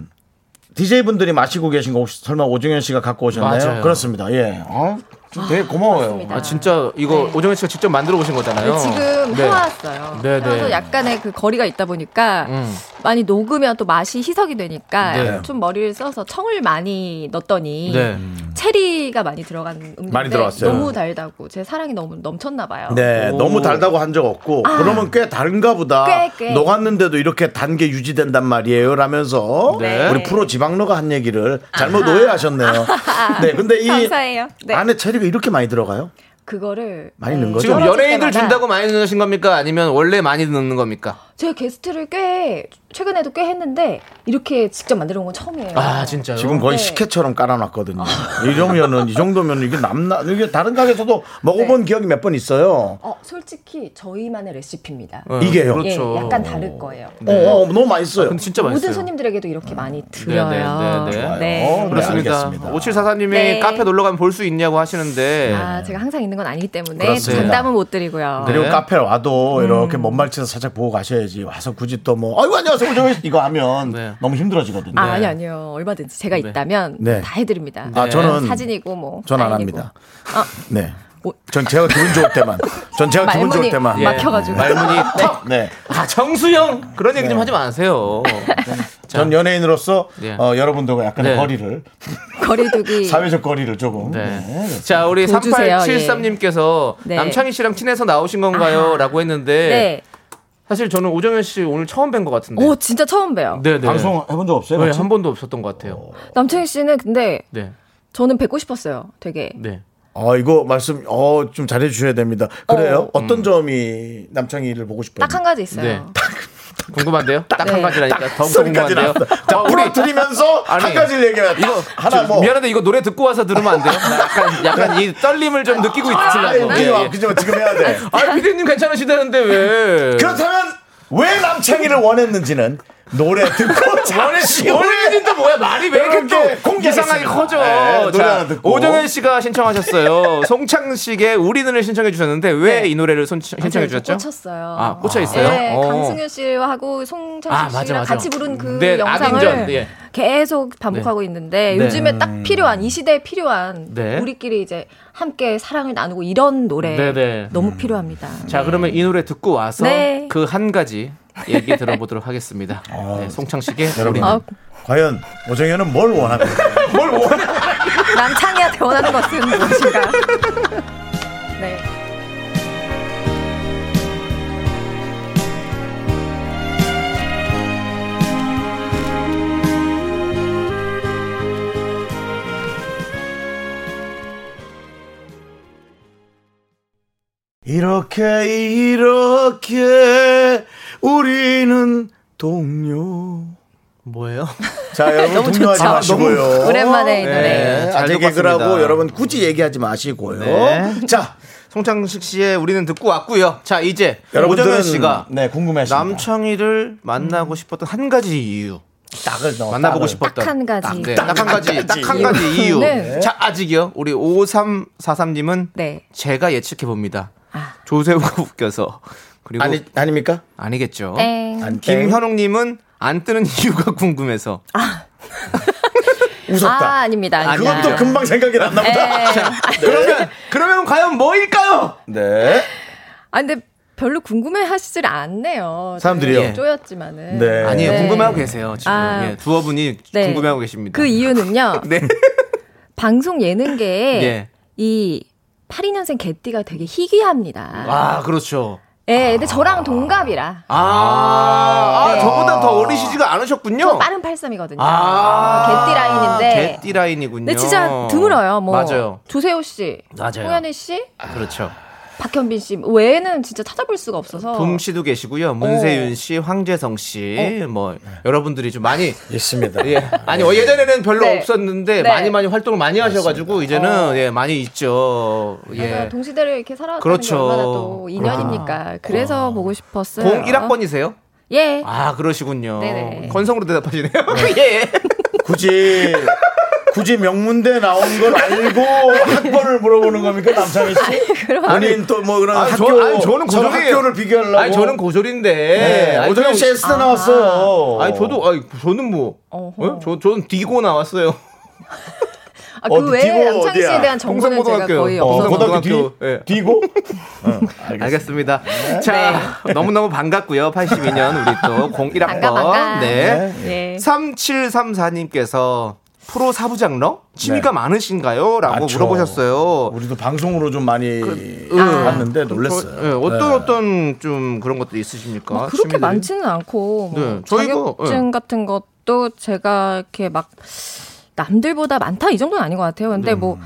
DJ분들이 마시고 계신 거 혹시 설마 오정현 씨가 갖고 오셨나요? 맞아요. 그렇습니다. 예. 어? 좀 되게 고마워요. 아 진짜 이거 오정현 씨가 직접 만들어 오신 거잖아요. 네, 지금 네. 해왔어요. 네, 네. 그래서 약간의 그 거리가 있다 보니까 음. 많이 녹으면 또 맛이 희석이 되니까 네. 좀 머리를 써서 청을 많이 넣었더니 네. 체리가 많이 들어간 음료인데 많이 들어갔어요. 너무 달다고 제 사랑이 너무 넘쳤나 봐요. 네, 너무 달다고 한 적 없고 그러면 꽤 다른가 보다. 꽤, 꽤. 녹았는데도 이렇게 단 게 유지된단 말이에요. 라면서 네. 우리 프로 지방로가 한 얘기를 잘못 오해하셨네요. 네, 근데 이 감사해요. 네. 안에 체리가 이렇게 많이 들어가요? 그거를 많이 넣은 거죠? 지금 연예인들 때마다. 준다고 많이 넣으신 겁니까? 아니면 원래 많이 넣는 겁니까? 제가 게스트를 꽤 최근에도 꽤 했는데 이렇게 직접 만들어 온 건 처음이에요. 아 진짜요? 지금 거의 식혜처럼 깔아놨거든요. 이러면은 이 정도면 이게 남나 이게 다른 가게에서도 먹어본 기억이 몇 번 있어요. 어, 솔직히 저희만의 레시피입니다. 네, 이게요? 예, 그렇죠. 약간 다를 거예요. 어, 어, 너무 맛있어요. 어, 근데 진짜 모든 맛있어요. 네, 손님들에게도 이렇게 많이 드려요. 네네네. 좋아요. 네, 그렇습니다. 알겠습니다. 5744님이 네. 카페 놀러 가면 볼 수 있냐고 하시는데 아, 제가 항상 있는 건 아니기 때문에 그렇습니다. 장담은 못 드리고요. 그리고 카페 와도 이렇게 먼발치에서 살짝 보고 가셔야지 와서 굳이 또 뭐 아이고 안녕하세요 오정현 씨 이거 하면 너무 힘들어지거든요. 아, 네. 아니 아니요. 얼마든지 제가 있다면 네. 다 해드립니다. 아, 저는- 사진이고 뭐. 전 안 사인이고. 합니다. 아, 네. 전 제가 기분 좋을 때만. 전 제가 기분 좋을 말문이 때만. 예. 막혀가지고. [LAUGHS] 말문이 턱! 네. 아 정수영 그런 얘기 좀 [LAUGHS] 하지 마세요. 전 연예인으로서 예. 어, 여러분들과 약간의 네. 거리를 거리두기. 사회적 거리를 조금. 네. 자 우리 도주세요, 3873님께서 예. 네. 아. 남창희 씨랑 친해서 나오신 건가요?라고 했는데 네. 사실 저는 오정현 씨 오늘 처음 뵌 것 같은데. 오, 진짜 처음 봬요. 네네. 방송 해본 적 없어요? 네, 같이? 한 번도 없었던 것 같아요. 남창희 씨는 근데 네. 저는 뵙고 싶었어요. 되게. 네. 어 이거 말씀 어 좀 음. 잘해 주셔야 됩니다. 그래요? 어. 떤 점이 남창희를 보고 싶어요? 딱 한 가지 있어요. 네. [LAUGHS] 궁금한데요? 딱 한 네. 가지라니까 딱 더욱 소리까지 궁금한데요. 나왔어. 자, 부러뜨리면서 한 가지를 얘기해요. 이거 하나 저, 뭐. 미안한데 이거 노래 듣고 와서 들으면 안 돼요? 나 약간 약간 이 떨림을 좀 느끼고 있으려고. 예, 아, 이거 그죠, 지금 해야 돼. 아, 비대님 괜찮으시다는데 왜? 그렇다면 왜 남창희를 원했는지는 노래 [LAUGHS] 듣고 잠시 후에 원래는 뭐야 말이 왜 이렇게 여러분께 또 이상하게 공개하겠습니다. 커져? 네, 노래 하나 듣고. 오정현 [LAUGHS] 씨가 신청하셨어요. 송창식의 우리눈을 신청해 주셨는데 왜 네. 이 노래를 손- 신청해 주셨죠? 아, 꽂혔어요. 아, 꽂혀 있어요? 네, 어. 강승윤 씨하고 아, 송창식 맞아, 씨랑 맞아. 같이 부른 그 네, 영상을 악인전, 예. 계속 반복하고 있는데 네. 요즘에 딱 음. 필요한 이 시대에 필요한 네. 우리끼리 이제 함께 사랑을 나누고 이런 노래 네, 네. 음. 너무 필요합니다. 네. 자, 그러면 이 노래 듣고 와서 네. 그 한 가지 얘기 [LAUGHS] 들어보도록 하겠습니다. 네, 송창식의 우리 아, 여러분 어, 과연 오정현은 뭘 원합니까? [LAUGHS] 남창이한테 원하는 것은 무엇인가? 네. 이렇게 이렇게 우리는 동료 뭐예요? 자 여러분 너무 동요하지 좋죠. 마시고요. 너무 오랜만에 이 노래. 네, 잘 아재 들어봤습니다. 네. 개그라고 여러분 굳이 얘기하지 마시고요. 자, [LAUGHS] 송창식 씨의 우리는 듣고 왔고요. 자, 이제 여러분들은 오정현 씨가 네 궁금해하시죠. 남창희를 만나고 싶었던 한 가지 이유. 딱을 넣어, 만나보고 딱을. 싶었던 네, 딱 한 가지. 딱 한 가지, 딱 한 가지 이유. 네. 자, 아직이요. 우리 5343님은 네. 아. 제가 예측해 봅니다. 조세호가 [LAUGHS] 웃겨서 그리고 아니 아닙니까? 아니겠죠. 땡. 안 땡. 김현웅님은 안 뜨는 [LAUGHS] 이유가 궁금해서. 아, 아닙니다. 아닙니다. 네. 그것도 금방 생각이 났나 보다. 자, 그러면 그러면 과연 뭐일까요? 네. 아 근데 별로 궁금해 하시질 않네요. 사람들이요? 예. 네, 쪼였지만은. 아니에요. 네. 궁금해하고 계세요. 지금 아. 예, 두어 분이 네. 궁금해하고 계십니다. 그 이유는요. [LAUGHS] 네. 방송 [LAUGHS] 예능계에 예. 이 82년생 개띠가 되게 희귀합니다. 아 그렇죠. 예, 근데 저랑 동갑이라. 아, 아, 저보다 더 어리시지가 않으셨군요. 저 빠른 83이거든요. 아, 개띠 라인인데. 개띠 라인이군요. 근데 진짜 드물어요. 뭐 맞아요. 조세호 씨, 맞아요. 홍현희 씨, 그렇죠. 박현빈 씨 외에는 진짜 찾아볼 수가 없어서. 어. 붐 씨도 계시고요. 문세윤 씨, 황재성 씨, 뭐 여러분들이 좀 많이 [LAUGHS] 있습니다. 예. 아니 어, 예전에는 별로 네. 없었는데 네. 어. 많이 많이 활동을 많이 하셔가지고 이제는 예 많이 있죠. 제가 예. 동시대를 이렇게 살아왔다는 그렇죠. 게 얼마나 또 인연입니까? 그래서 보고 싶었어요. 0 1학번이세요? 예. 네. 아 그러시군요. 네네. 건성으로 대답하시네요. [LAUGHS] 예. 굳이 굳이 명문대 나온 걸 알고 학벌을 물어보는 겁니까 남창희 씨? 본인 또 뭐 그런 아니, 학교 저, 아니, 저는 저 고졸이에요. 학교를 비교하려고. 아니 저는 고졸인데 네, 아니, 오정현 그냥- 씨 S대 나왔어요. 아니 저도 아니 저는 뭐 어? 저 저는 디고 나왔어요. 아, 그 어디 외에 뒤고 남창 씨에 어디야? 대한 정보는 제가 공산고등학교. 거의 어, 없어서. 고등학교 예. 고등학교 뒤? 뒤고? [LAUGHS] 알겠습니다. 자, 너무너무 반갑고요. 82년 우리 [LAUGHS] 또 01학번. 네. 반가, 반가. 네. 네. 3734님께서 프로 사부장러? 취미가 네. 많으신가요? 라고 많죠. 물어보셨어요. 우리도 방송으로 좀 많이 그, 봤는데 놀랐어요. 예, 어떤 네. 어떤 좀 그런 것들이 있으십니까? 막뭐 그렇게 취미들이? 많지는 않고 뭐 네, 저희가, 자격증 예. 같은 것도 제가 이렇게 막 남들보다 많다 이 정도는 아닌 것 같아요. 근데 뭐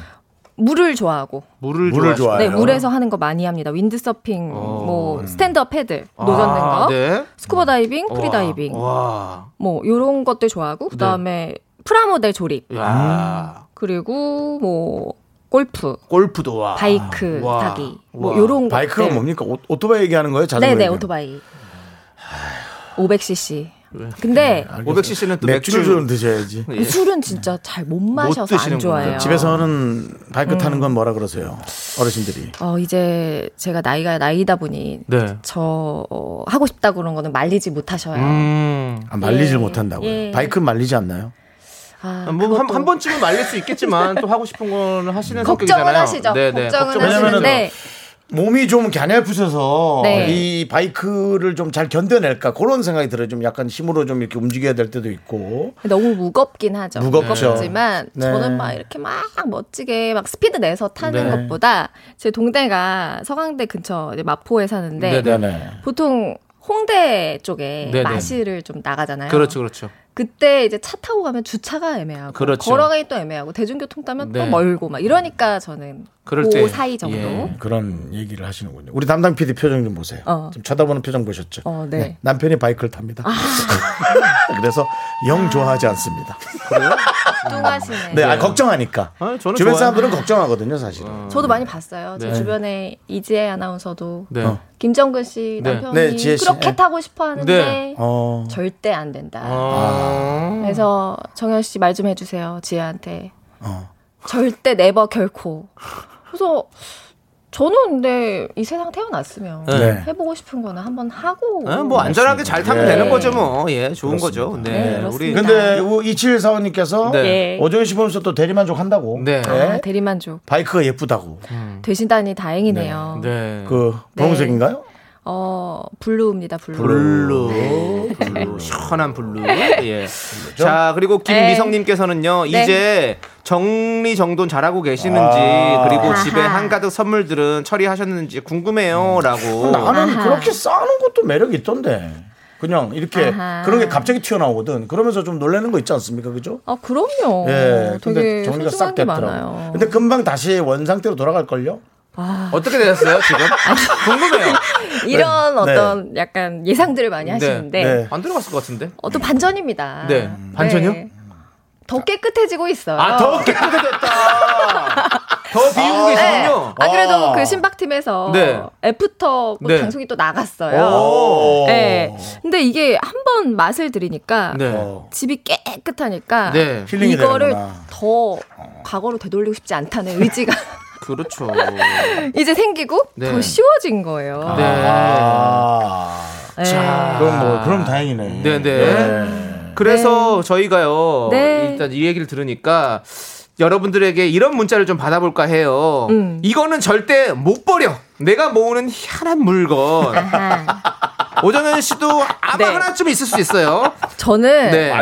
물을 좋아하고 물을, 물을 좋아하시나요? 네, 물에서 하는 거 많이 합니다. 윈드서핑, 뭐 스탠드업 패들, 노 젓는 아, 거, 네. 스쿠버 다이빙, 프리 다이빙, 아, 와. 뭐 요런 것들 좋아하고 그다음에 프라모델 조립. 음. 야. 그리고 뭐 골프, 골프도 아, 와. 바이크 와. 타기. 뭐 와. 요런 것들. 바이크가 네. 뭡니까? 오, 오토바이 얘기하는 거예요? 자전거 네, 네, 얘기하는 오토바이. 500cc. 근데 아, 500cc는 또 맥주를 맥주- 좀 드셔야지. 이 술은 진짜 잘 못 마셔서 안 좋아해요. 집에서는 바이크 음. 타는 건 뭐라 그러세요? 어르신들이. 어 이제 제가 나이가 나이다 보니 네. 저 어, 하고 싶다 그런 거는 말리지 못하셔요. 음. 아, 말리질 예. 못한다고요. 예. 바이크는 말리지 않나요? 아, 뭐 한 번쯤은 말릴 수 있겠지만 또 하고 싶은 거는 하시는 걱정은 성격이잖아요. 네, 하시죠. 걱정은 걱정- 왜냐면은 뭐. 하시는데 몸이 좀 갸냘프셔서 네. 이 바이크를 좀 잘 견뎌낼까 그런 생각이 들어요. 좀 약간 힘으로 좀 이렇게 움직여야 될 때도 있고. 너무 무겁긴 하죠. 무겁죠. 무겁지만 네. 저는 막 이렇게 막 멋지게 막 스피드 내서 타는 네. 것보다 제 동대가 서강대 근처 이제 마포에 사는데 네네네. 보통 홍대 쪽에 네네. 마시를 좀 나가잖아요. 그렇죠, 그렇죠. 그때 이제 차 타고 가면 주차가 애매하고 그렇죠. 걸어가기 또 애매하고 대중교통 타면 네. 또 멀고 막 이러니까 저는 그럴 그 때. 사이 정도. 예. 그런 얘기를 하시는군요. 우리 담당 PD 표정 좀 보세요. 어. 아. 지금 쳐다보는 표정 보셨죠? 어, 네. 남편이 바이크를 탑니다. [LAUGHS] 그래서 영 좋아하지 않습니다. 뚱하시네. 네, 아, 걱정하니까. 저는 주변 좋아요. 어. 사람들은 걱정하거든요, 사실은. 저도 많이 봤어요. 제 네. 주변에 이지혜 아나운서도 네. 어. 김정근 씨 네. 남편이 네, 지혜 씨. 그렇게 네. 타고 싶어 하는데 네. 어. 절대 안 된다. 어. 아. 그래서 정현 씨 말 좀 해주세요. 지혜한테. 어. 절대 네버 결코. 그래서 저는 근데 이 세상 태어났으면 네. 해보고 싶은 거는 한번 하고. 아, 뭐 안전하게 잘 타면 예. 되는 거죠 뭐. 예, 좋은 거죠. 네, 우리 근데 2745님께서 네. 오정희 씨 보면서 또 대리만족 한다고. 어, 네. 아, 대리만족 바이크가 예쁘다고. 음. 되신다니 다행이네요. 그 네. 분홍색인가요? 어 블루입니다 블루. 블루, 블루, 네. 시원한 블루. 예. 자 그리고 김미성님께서는요 네. 이제 정리 정돈 잘하고 계시는지 아. 그리고 아하. 집에 한가득 선물들은 처리하셨는지 궁금해요라고. 나는 그렇게 싸는 것도 매력이 있던데. 그냥 이렇게 아하. 그런 게 갑자기 튀어나오거든. 그러면서 좀 놀라는 거 있지 않습니까? 그죠? 아 그럼요. 예. 근데 되게 정리가 싹 소중한 게 됐더라고. 많아요. 근데 그, 금방 다시 원상태로 돌아갈 걸요? 아. 어떻게 되셨어요 지금? [LAUGHS] 궁금해요. 이런 네. 어떤 약간 예상들을 많이 하시는데 네. 안 들어갔을 것 같은데. 어떤 반전입니다. 네. 반전이요? 더 깨끗해지고 있어요. 아, 더 깨끗해졌다. 더 비운 게 있군요. 안 그래도 아. 그 신박팀에서 네. 애프터 그 네. 방송이 또 나갔어요. 오. 네. 근데 이게 한 번 맛을 들이니까 네. 집이 깨끗하니까 네. 힐링이 이거를 되는구나. 더 과거로 되돌리고 싶지 않다는 의지가 [LAUGHS] 그렇죠. 이제 생기고 네. 더 쉬워진 거예요. 네. 네. 아, 자, 아. 그럼 뭐 그럼 다행이네. 네, 네. 그래서 저희가요. 네. 일단 이 얘기를 들으니까 여러분들에게 이런 문자를 좀 받아볼까 해요. 음. 이거는 절대 못 버려. 내가 모으는 희한한 물건. [LAUGHS] 아, 오정현 씨도 아마 하나쯤 있을 수 있어요. 저는 네.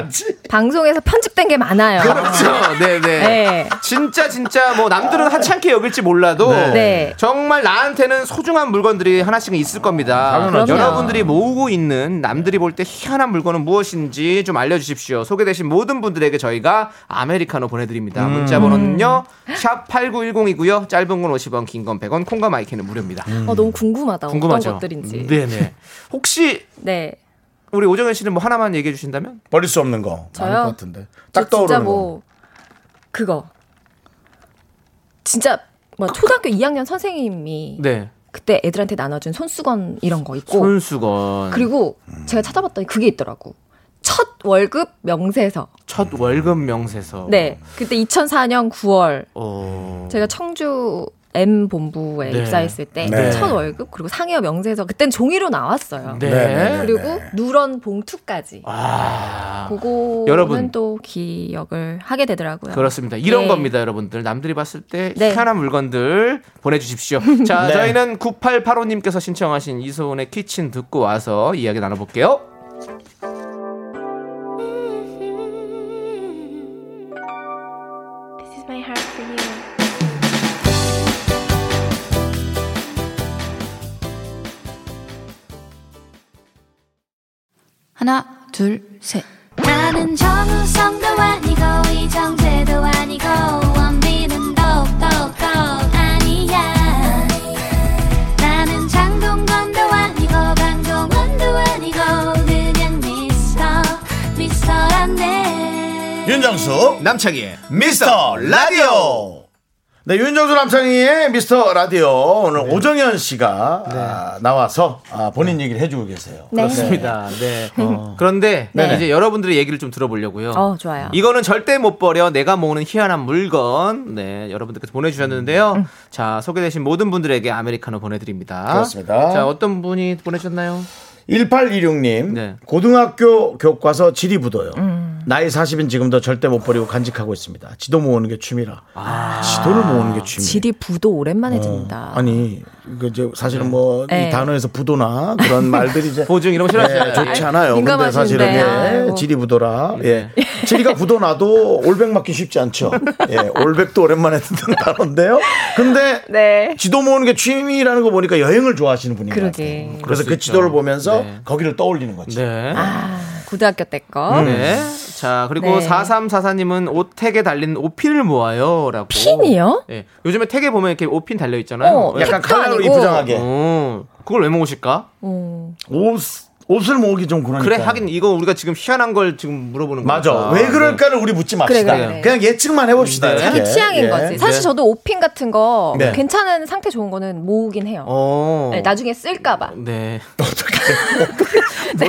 방송에서 편집된 게 많아요. 그렇죠. 네네. 네. 진짜 진짜 뭐 남들은 하찮게 여길지 몰라도 네. 네. 정말 나한테는 소중한 물건들이 하나씩은 있을 겁니다. 당연하죠. 여러분들이 모으고 있는 남들이 볼 때 희한한 물건은 무엇인지 좀 알려주십시오. 소개되신 모든 분들에게 저희가 아메리카노 보내드립니다. 문자번호는요 샵 #8910이고요. 짧은 건 50원, 긴 건 100원, 콩과 마이크는 무료입니다. 어, 너무 궁금하다. 음, 궁금하죠? 음, 어떤 것들인지. 네네. 혹시 네. 우리 오정현 씨는 뭐 하나만 얘기해 주신다면? 버릴 수 없는 거. 저요? 많을 것 같은데. 저 진짜 뭐 그거 진짜 뭐 초등학교 2학년 선생님이 네. 그때 애들한테 나눠준 손수건 이런 거 있고 손수건. 그리고 제가 찾아봤더니 그게 있더라고 첫 월급 명세서 첫 월급 명세서. 네 그때 2004년 9월 어. 제가 청주 M 본부에 네. 입사했을 때 네. 첫 월급 그리고 상여 명세서 그땐 종이로 나왔어요 네. 네. 그리고 누런 봉투까지 아. 그거는 여러분. 또 기억을 하게 되더라고요 그렇습니다. 이런 네. 겁니다, 여러분들. 남들이 봤을 때 네. 희한한 물건들 보내주십시오. 자, 네. 저희는 9885님께서 신청하신 이소은의 키친 듣고 와서 이야기 나눠볼게요. This is my heart for you. 하나, 둘, 셋. 나는 정우성도 아니고 이정재도 아니고 원빈은 더욱더 아니야 나는 장동건도 아니고 강동원도 아니고 그냥 미스터 미스터란데 윤정수 남창희의 미스터 라디오 네 윤정수 남창희의 미스터 라디오 오늘 오정현 씨가 아, 나와서 아, 본인 얘기를 해주고 계세요 네. 그렇습니다. 네. 그런데 네네. 이제 여러분들의 얘기를 좀 들어보려고요. 어 좋아요 이거는 절대 못 버려. 내가 모으는 희한한 물건. 네, 여러분들께서 보내주셨는데요. 자, 소개되신 모든 분들에게 아메리카노 보내드립니다. 그렇습니다. 자, 어떤 분이 보내셨나요? 1826님 고등학교 교과서 질이 부도요 음. 나이 40인 지금도 절대 못 버리고 간직하고 있습니다 지도 모으는 게 취미라 지도를 모으는 게 취미 음. 어. 질이 부도 오랜만에 어. 듣는다. 아니 그 이제 사실은 뭐 이 네. 단어에서 [LAUGHS] 부도나 그런 말들이 이제 보증 이런 거 싫어하시잖아요. 예, 좋지 않아요. 근데 민감하신데. 사실은 예, 아이고. 질이 부도라 예. 지리가 부도나도 올백 맞기 쉽지 않죠. 예, 올백도 오랜만에 듣는 단어인데요. 근데 네. 지도 모으는 게 취미라는 거 보니까 여행을 좋아하시는 분인 것 같아요. 그러게. 그래서 수 그 있죠. 지도를 보면서 거기를 떠올리는 거지. 네. 고등학교 때 거. 음. 네. 자, 그리고 네. 4344님은 옷택에 달린 옷핀을 모아요. 라고. 핀이요? 예. 요즘에 택에 보면 이렇게 옷핀 달려있잖아요. 어, 예. 약간 택도 칼라로 아니고. 이쁘장하게. 어, 그걸 왜 모으실까? 음. 옷, 옷을 모으기 좀 그러니까. 그래, 하긴 이거 우리가 지금 희한한 걸 지금 물어보는 네. 거야. 맞아. 왜 그럴까를 우리 묻지 맙시다. 그래, 그래, 그래. 냥 예측만 해봅시다. 네. 이렇게. 자기 취향인 예. 거지. 사실 저도 옷핀 같은 거 네. 괜찮은 상태 좋은 거는 모으긴 해요. 어. 네, 나중에 쓸까봐. 네. 뭐 네.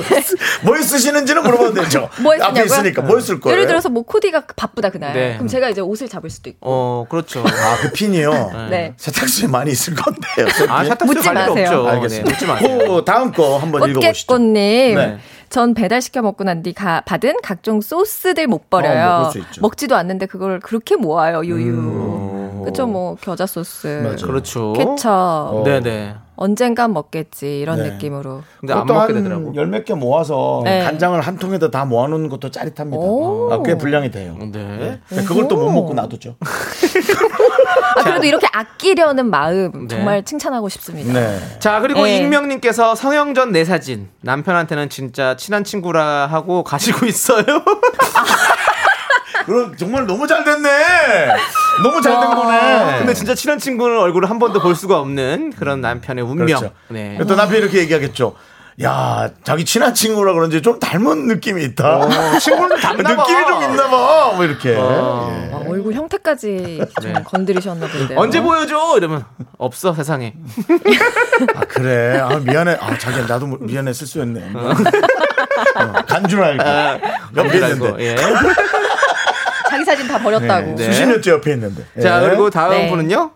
뭘 쓰시는지는 물어봐도 되죠. [LAUGHS] 뭐 했냐고요? 앞에 있으니까 뭘 쓸 거예요? 예를 들어서 뭐 코디가 바쁘다 그날. 네. 그럼 제가 이제 옷을 잡을 수도 있고. 어, 그렇죠. 아, 그 핀이요? 네. 세탁소에 많이 있을 건데요. 아, 세탁소에 묻지 갈 일은 마세요. 없죠. 네, 묻지 알겠습니다. 마세요. 그 다음 거 한번 읽어보시죠. 꽃게꽃님. 네. 전 배달시켜 먹고 난 뒤 가- 받은 각종 소스들 못 버려요. 어, 먹을 수 있죠. 먹지도 않는데 그걸 그렇게 모아요, 요유. 음. 그쵸, 뭐, 겨자 소스. 네. 그렇죠. 케첩. 네네. 언젠간 먹겠지, 이런 어. 네. 느낌으로. 열몇 개 모아서 네. 간장을 한 통에다 다 모아놓는 것도 짜릿합니다. 아, 꽤 분량이 돼요. 네. 네, 그걸 또 못 먹고 놔두죠. 아, 그래도 이렇게 아끼려는 마음, 네. 정말 칭찬하고 싶습니다. 네. [LAUGHS] 자, 그리고 네. 익명님께서 성형전 내 사진. 남편한테는 진짜 친한 친구라 하고 가시고 있어요. [LAUGHS] 그럼 정말 너무 잘 됐네. 너무 잘 된 거네. 아, 근데 진짜 친한 친구는 얼굴을 한 번도 볼 수가 없는 그런 남편의 운명. 그렇죠. 네. 또 남편이 이렇게 얘기하겠죠. 야, 자기 친한 친구라 그런지 좀 닮은 느낌이 있다. 어, 친구는 닮나 봐. [LAUGHS] 어. 느낌이 좀 있나 봐. 뭐 이렇게. 와, 아, 얼굴 형태까지 네. 좀 건드리셨나 본데요. 언제 보여줘? 이러면 없어 세상에. 아, 그래. 아, 미안해. 아, 자기야, 나도 뭐- 미안해. 실수했네. 간 줄 알고. 옆에 어. 아, 줄 알고, 예. 있는데. 자기 사진 다 버렸다고. 네. 수신일주 옆에 있는데. 자, 예. 그리고 다음 네. 분은요?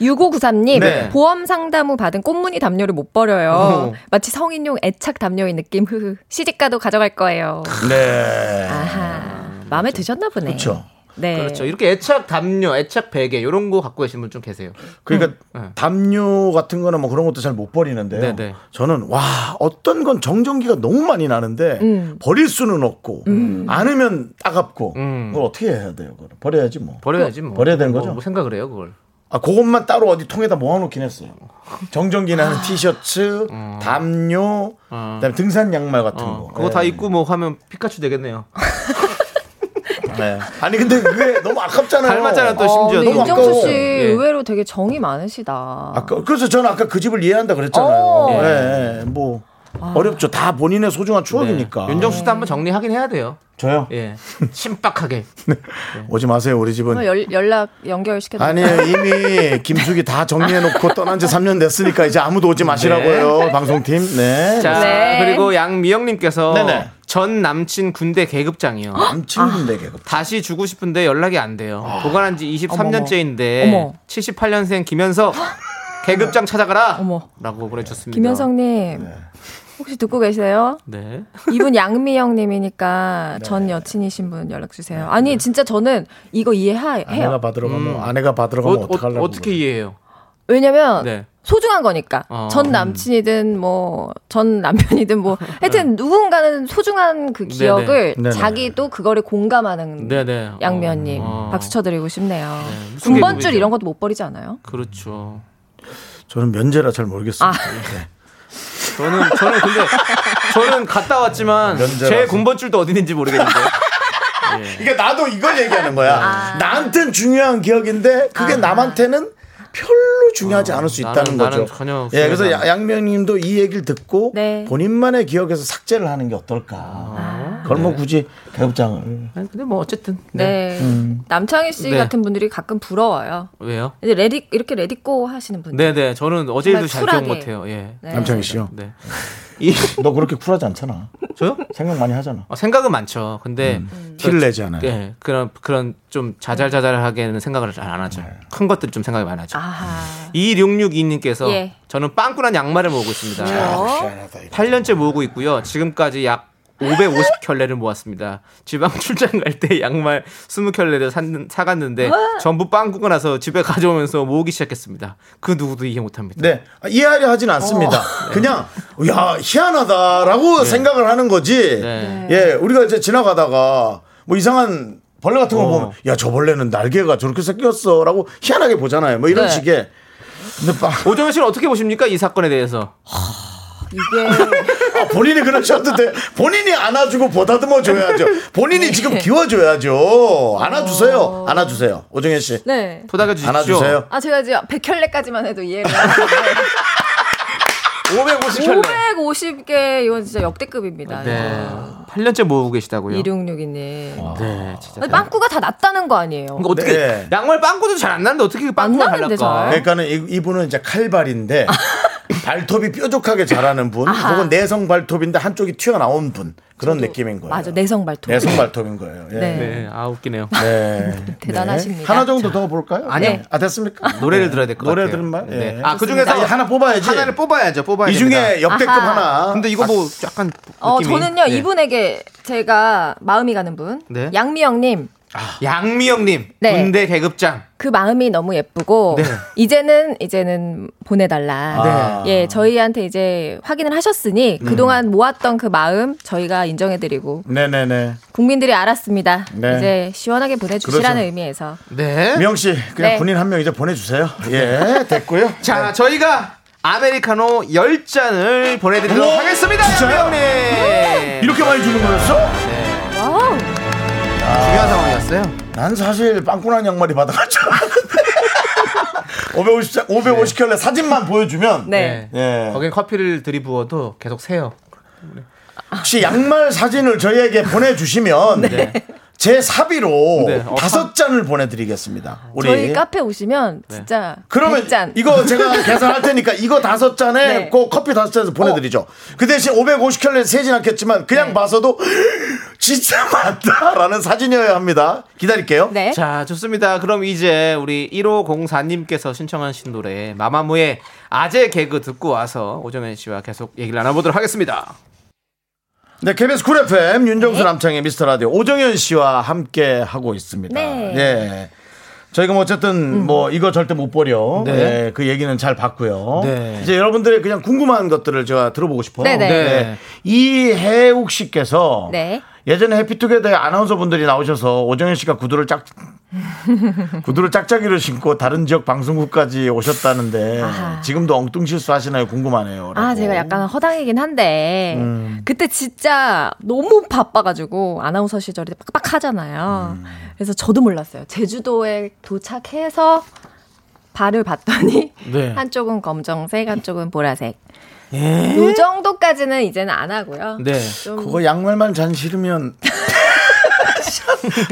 6593님, 네. 보험 상담 후 받은 꽃무늬 담요를 못 버려요. 마치 성인용 애착 담요인 느낌, 흐흐. 시집가도 가져갈 거예요. 아, 네. 마음에 드셨나 보네. 그렇죠. 네. 그렇죠. 이렇게 애착 담요, 애착 베개 이런 거 갖고 계신 분 좀 계세요. 그러니까 담요 같은 거나 뭐 그런 것도 잘 못 버리는데요. 네네. 저는 와 어떤 건 정전기가 너무 많이 나는데 음. 버릴 수는 없고 음. 안으면 따갑고 그걸 어떻게 해야 돼요? 그걸 버려야지 뭐. 버려야지 뭐. 버려야 되는 뭐, 거죠. 뭐 생각을 해요 그걸. 아 그것만 따로 어디 통에다 모아놓긴 했어요. 정전기 나는 티셔츠, 담요, 그다음에 등산 양말 같은 거. 어, 예. 그거 다 입고 뭐 하면 피카츄 되겠네요. 어, 네. 아니 근데 그게 너무 아깝잖아요. 닮았잖아, 또 심지어. 근데 네. 너무 이정수 아까워. 씨 의외로 되게 정이 많으시다. 아까 그래서 저는 아까 그 집을 이해한다 그랬잖아요. 어. 예, 뭐 어렵죠. 다 본인의 소중한 추억이니까. 네. 윤정수도 한번 정리하긴 해야 돼요. 저요? [LAUGHS] 예. 신박하게. 예. 오지 마세요 우리 집은. 한번 연, 연락 연결시켜 아니에요 이미 김숙이 다 정리해놓고 떠난 지 3년 됐으니까 이제 아무도 오지 마시라고요 방송팀. 네. 자, 네. 그리고 양미영님께서 네네. 전 남친 [GASPS] 군대 계급장이요. 남친 군대 계급. 다시 주고 싶은데 연락이 안 돼요. 보관한 지 어머머. 23년째인데 어머. 78년생 김현석 계급장 찾아가라. 라고 보내주셨습니다. 김현성님, 혹시 듣고 계세요? 네. 이분 양미영님이니까 전 여친이신 분 연락 주세요. 아니 진짜 저는 이거 아내가 이해해요. 받으러 가면 아내가 받으러 가면 어, 어, 떡하려고 떻게 이해해요? 왜냐면 네. 소중한 거니까 어. 전 남친이든 뭐 전 남편이든 [LAUGHS] 뭐 하여튼 누군가는 소중한 그 네네. 기억을 네네. 자기도 그거를 공감하는 네네. 어, 양면님 박수 쳐드리고 싶네요. 무슨 군번줄 계급이죠? 이런 것도 못 버리지 않아요? 그렇죠. 저는 면제라 잘 모르겠습니다. 아. 저는 저는 근데 저는 갔다 왔지만 면제라서. 제 군번줄도 어디 있는지 모르겠는데. 그러니까 나도 이걸 얘기하는 거야. 아. 나한텐 중요한 기억인데 그게 남한테는 별로 중요하지 않을 수 있다는 나는- 나는 거죠. 전혀 예, 그래서 후회가 야- 양면님도 이 얘기를 듣고 네. 본인만의 기억에서 삭제를 하는 게 어떨까. 아. 그걸 뭐 굳이 배우장을. 아니, 근데 뭐 어쨌든 네. 남창희 씨 네. 같은 분들이 가끔 부러워요. 왜요? 이제 레디 이렇게 레디고 하시는 분들. 네네 저는 어제 일도 잘 기억 쿨하게. 못해요. 예. 네. 남창희 씨요. 네. 너 그렇게 쿨하지 않잖아. 저요? 생각 많이 하잖아. 어, 생각은 많죠. 근데 티를 내지 않아요. 예, 그런 그런 좀 자잘자잘하게는 생각을 잘 안 네. 하죠. 큰 것들 좀 생각이 많아죠. 2662님께서 예. 저는 빵꾸난 양말을 모으고 있습니다. 어? 아, 왜요? 8년째 모으고 있고요. 지금까지 약 550켤레를 모았습니다. 지방 출장 갈 때 양말 20켤레를 산, 사갔는데 어? 전부 빵꾸가 나서 집에 가져오면서 모으기 시작했습니다. 그 누구도 이해 못합니다. 네. 아, 이해하려 하진 않습니다. 어. 그냥, 야, 희한하다라고 생각을 하는 거지. 네. 네. 예, 우리가 이제 지나가다가 뭐 이상한 벌레 같은 거 어. 보면, 야, 저 벌레는 날개가 저렇게 생겼어. 라고 희한하게 보잖아요. 뭐 이런 네. 식의. 근데 빵. 네. 오정현 씨는 어떻게 보십니까? 이 사건에 대해서. 이게 [LAUGHS] 아, 본인이 그러셔도 돼. 본인이 안아주고 보다듬어 줘야죠. 네. 본인이 지금 기워줘야죠. 안아주세요. 안아주세요. 오정현 어? 씨. 어. 네. 토닥여 안아주세요. 아 제가 이제 백혈레까지만 해도 이해가 550켤레. 550개 이건 진짜 역대급입니다. 네. 8년째 모으고 계시다고요. 2662님. 아, 네, 진짜. 아니, 빵꾸가 다 났다는 거 아니에요? 그러니까 어떻게 양말 빵꾸도 잘 안 나는데 어떻게 빵꾸가 잘 나는데 날까? 잘. 그러니까는 이, 분은 이제 칼발인데 발톱이 뾰족하게 자라는 분, 아. 아하. 혹은 내성 발톱인데 한쪽이 튀어나온 분 그런 느낌인 거예요. 맞아 내성 발톱. 내성 발톱인 거예요. 예. [LAUGHS] 네. 아 웃기네요. 네. 음, 대단하십니다. 네. 하나 정도 더 볼까요? 아니요. 네. 아 됐습니까? 노래를 들어야 될 것 노래 같아요. 들은 말. 네. 예. 아, 그 중에서 아니, 하나 뽑아야지. 하나를 뽑아야죠. 뽑아야 이 중에 됩니다. 역대급 아하. 하나. 근데 이거 뭐 약간 어 느낌이- 저는요 네. 이분에게 제가 마음이 가는 분 네. 양미영님 양미영님 네. 군대 계급장. 그 마음이 너무 예쁘고 네. 이제는 이제는 보내달라. 아. 예, 저희한테 이제 확인을 음. 하셨으니 그동안 모았던 그 마음 저희가 인정해드리고 네네네. 국민들이 알았습니다. 네. 이제 시원하게 보내주시라는 그렇죠. 의미에서 네. 미영 씨 그냥 네. 군인 한 명 이제 보내주세요. 예 됐고요. 자, 저희가 아메리카노 10잔을 보내드리도록 우와, 하겠습니다. 진짜요? 양미영님. 이렇게 많이 주는 거였어? 네. 와우. 중요한 상황이었어요. 난 사실 빵꾸난 양말이 받아갈 줄 알았는데 550 550켤레 사진만 보여주면 네. 예. 거긴 커피를 들이부어도 계속 새요. 혹시 양말 사진을 저희에게 보내주시면 네. 제 사비로 네, 어, 다섯 잔을 보내드리겠습니다. 우리 저희 카페 오시면 네. 진짜 네. 그러면 100잔. 이거 제가 계산할 테니까 이거 다섯 잔에 네. 어. 그 커피 다섯 잔에서 보내드리죠. 그 대신 550켤레 세진 않겠지만 네. 그냥 봐서도 진짜 [LAUGHS] 많다라는 사진이어야 합니다. 기다릴게요. 네. 자, 좋습니다. 그럼 이제 우리 1504님께서 신청하신 노래 마마무의 아재 개그 듣고 와서 오정현 씨와 계속 얘기를 나눠보도록 하겠습니다. 네, KBS 쿨 FM 네. 윤정수 남창의 미스터 라디오 오정현 씨와 함께 하고 있습니다. 네. 음. 예. 저희가 뭐 어쨌든 뭐 이거 절대 못 버려. 네. 예, 그 얘기는 잘 봤고요. 네. 이제 여러분들의 그냥 궁금한 것들을 제가 들어보고 싶어요. 네네. 네. 이해욱 씨께서 네. 예전에 해피투게더에 아나운서 분들이 나오셔서 오정현 씨가 구두를 [LAUGHS] 짝 구두를 짝짝이로 신고 다른 지역 방송국까지 오셨다는데 아하. 지금도 엉뚱 실수하시나요? 궁금하네요. 아, 제가 약간 허당이긴 한데, 그때 진짜 너무 바빠가지고, 아나운서 시절이 빡빡 하잖아요. 그래서 저도 몰랐어요. 제주도에 도착해서 발을 봤더니, 네. [LAUGHS] 한쪽은 검정색, 한쪽은 보라색. 요 정도까지는 이제는 안 하고요. 네. 좀 그거 양말만 잔 [LAUGHS] 싫으면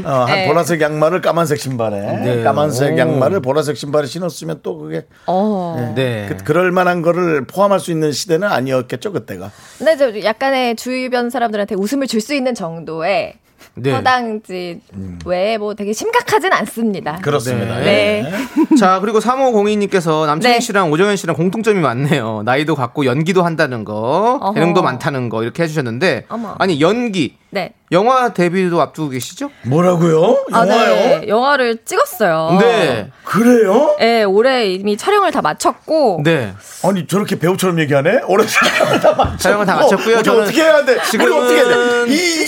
어, 한 네. 보라색 양말을 까만색 신발에 네. 까만색 오. 양말을 보라색 신발에 신었으면 또 그게 어. 네. 그, 럴 만한 거를 포함할 수 있는 시대는 아니었겠죠 그때가 근데 저 약간의 주변 사람들한테 웃음을 줄 수 있는 정도의 네. 허당짓 외에 뭐 되게 심각하진 않습니다. 그렇습니다. 네. 예. 자, 그리고 3502님께서 남창희 네. 씨랑 오정현 씨랑 공통점이 많네요. 나이도 같고 연기도 한다는 거, 어허. 재능도 많다는 거 이렇게 해주셨는데, 어머. 아니 연기, 네. 영화 데뷔도 앞두고 계시죠? 뭐라고요? 아, 영화요? 네. 영화를 찍었어요. 네, 그래요? 네, 올해 이미 촬영을 다 마쳤고. 네. 아니 저렇게 배우처럼 얘기하네? 오래 촬영을 다 [LAUGHS] 마쳤고 촬영을 다 마쳤고요. 어, 이제 저는 어떻게 해야 돼? 지금은- 우리 어떻게 해야 돼? 이, 이,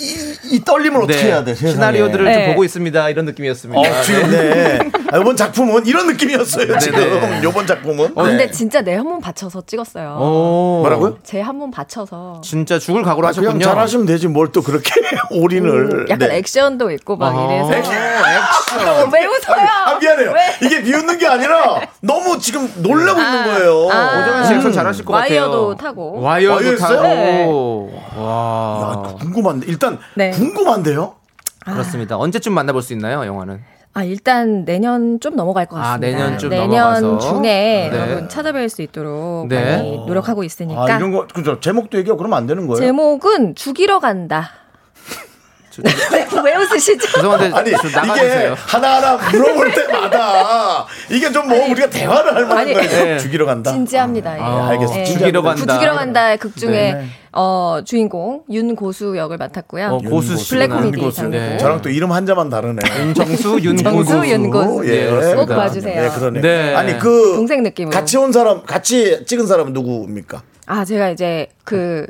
이, 이 떨림을 네. 어떻게 해야 돼? 세상에. 시나리오들을 네. 좀 보고 있습니다. 이런 느낌이었습니다. 어, 지금 네. 아, 이번 작품은 이런 느낌이었어요. 네네. 지금 이번 작품은. 어, 근데 네. [LAUGHS] 진짜 내 한 몸 바쳐서 찍었어요. 오. 뭐라고요? 아, 제 한 몸 바쳐서. 진짜 죽을 각오로 그냥 하셨군요. 잘하시면 되지 뭘 또 그렇게 [LAUGHS] 올인을. 음, 약간 네. 액션도 있고 막 아, 이래서. 액션. 왜 웃어요? 아 미안해요. 왜? 이게 비웃는 게 아니라 너무 지금 놀라고 있는 거예요. 아. 오정현 씨 액션 잘하실 것 와이어도 같아요. 타고. 음. 와이어도 와이어였어요? 타고. 네. 와. 아, 궁금한데 일단 네. 궁금한데요. 그렇습니다. 언제쯤 만나볼 수 있나요, 영화는? 아, 일단 내년 좀 넘어갈 것 아, 같습니다. 내년 좀 내년 넘어가서. 중에 네. 여러분 찾아뵐 수 있도록 네. 많이 노력하고 있으니까. 아 이런 거 그죠 제목도 얘기하고 그러면 안 되는 거예요. 그러니까. 제목은 죽이러 간다. 왜, [LAUGHS] 왜 웃으시죠? 죄송한데 [LAUGHS] 아니 좀 이게 나가주세요. 하나하나 물어볼 때마다 이게 좀 뭐 우리가 대화를 할 만한 아니, 거예요. 네. 죽이러 간다. 진지합니다. 예. 아, 알겠어. 예. 죽이러 간다. 죽이러 간다의 극 중에 네. 어, 주인공 윤고수 역을 맡았고요. 어, 고수 윤고수. 씨. 블랙 코미디 윤고수. 네. 저랑 또 이름 한자만 다르네. [LAUGHS] 윤정수, 정수, 윤고수. 윤고수. 예, 그렇습니다. 꼭 봐주세요. 네, 그러네. 네. 아니 그 동생 느낌으로. 같이 온 사람, 같이 찍은 사람은 누구입니까? 아 제가 이제 그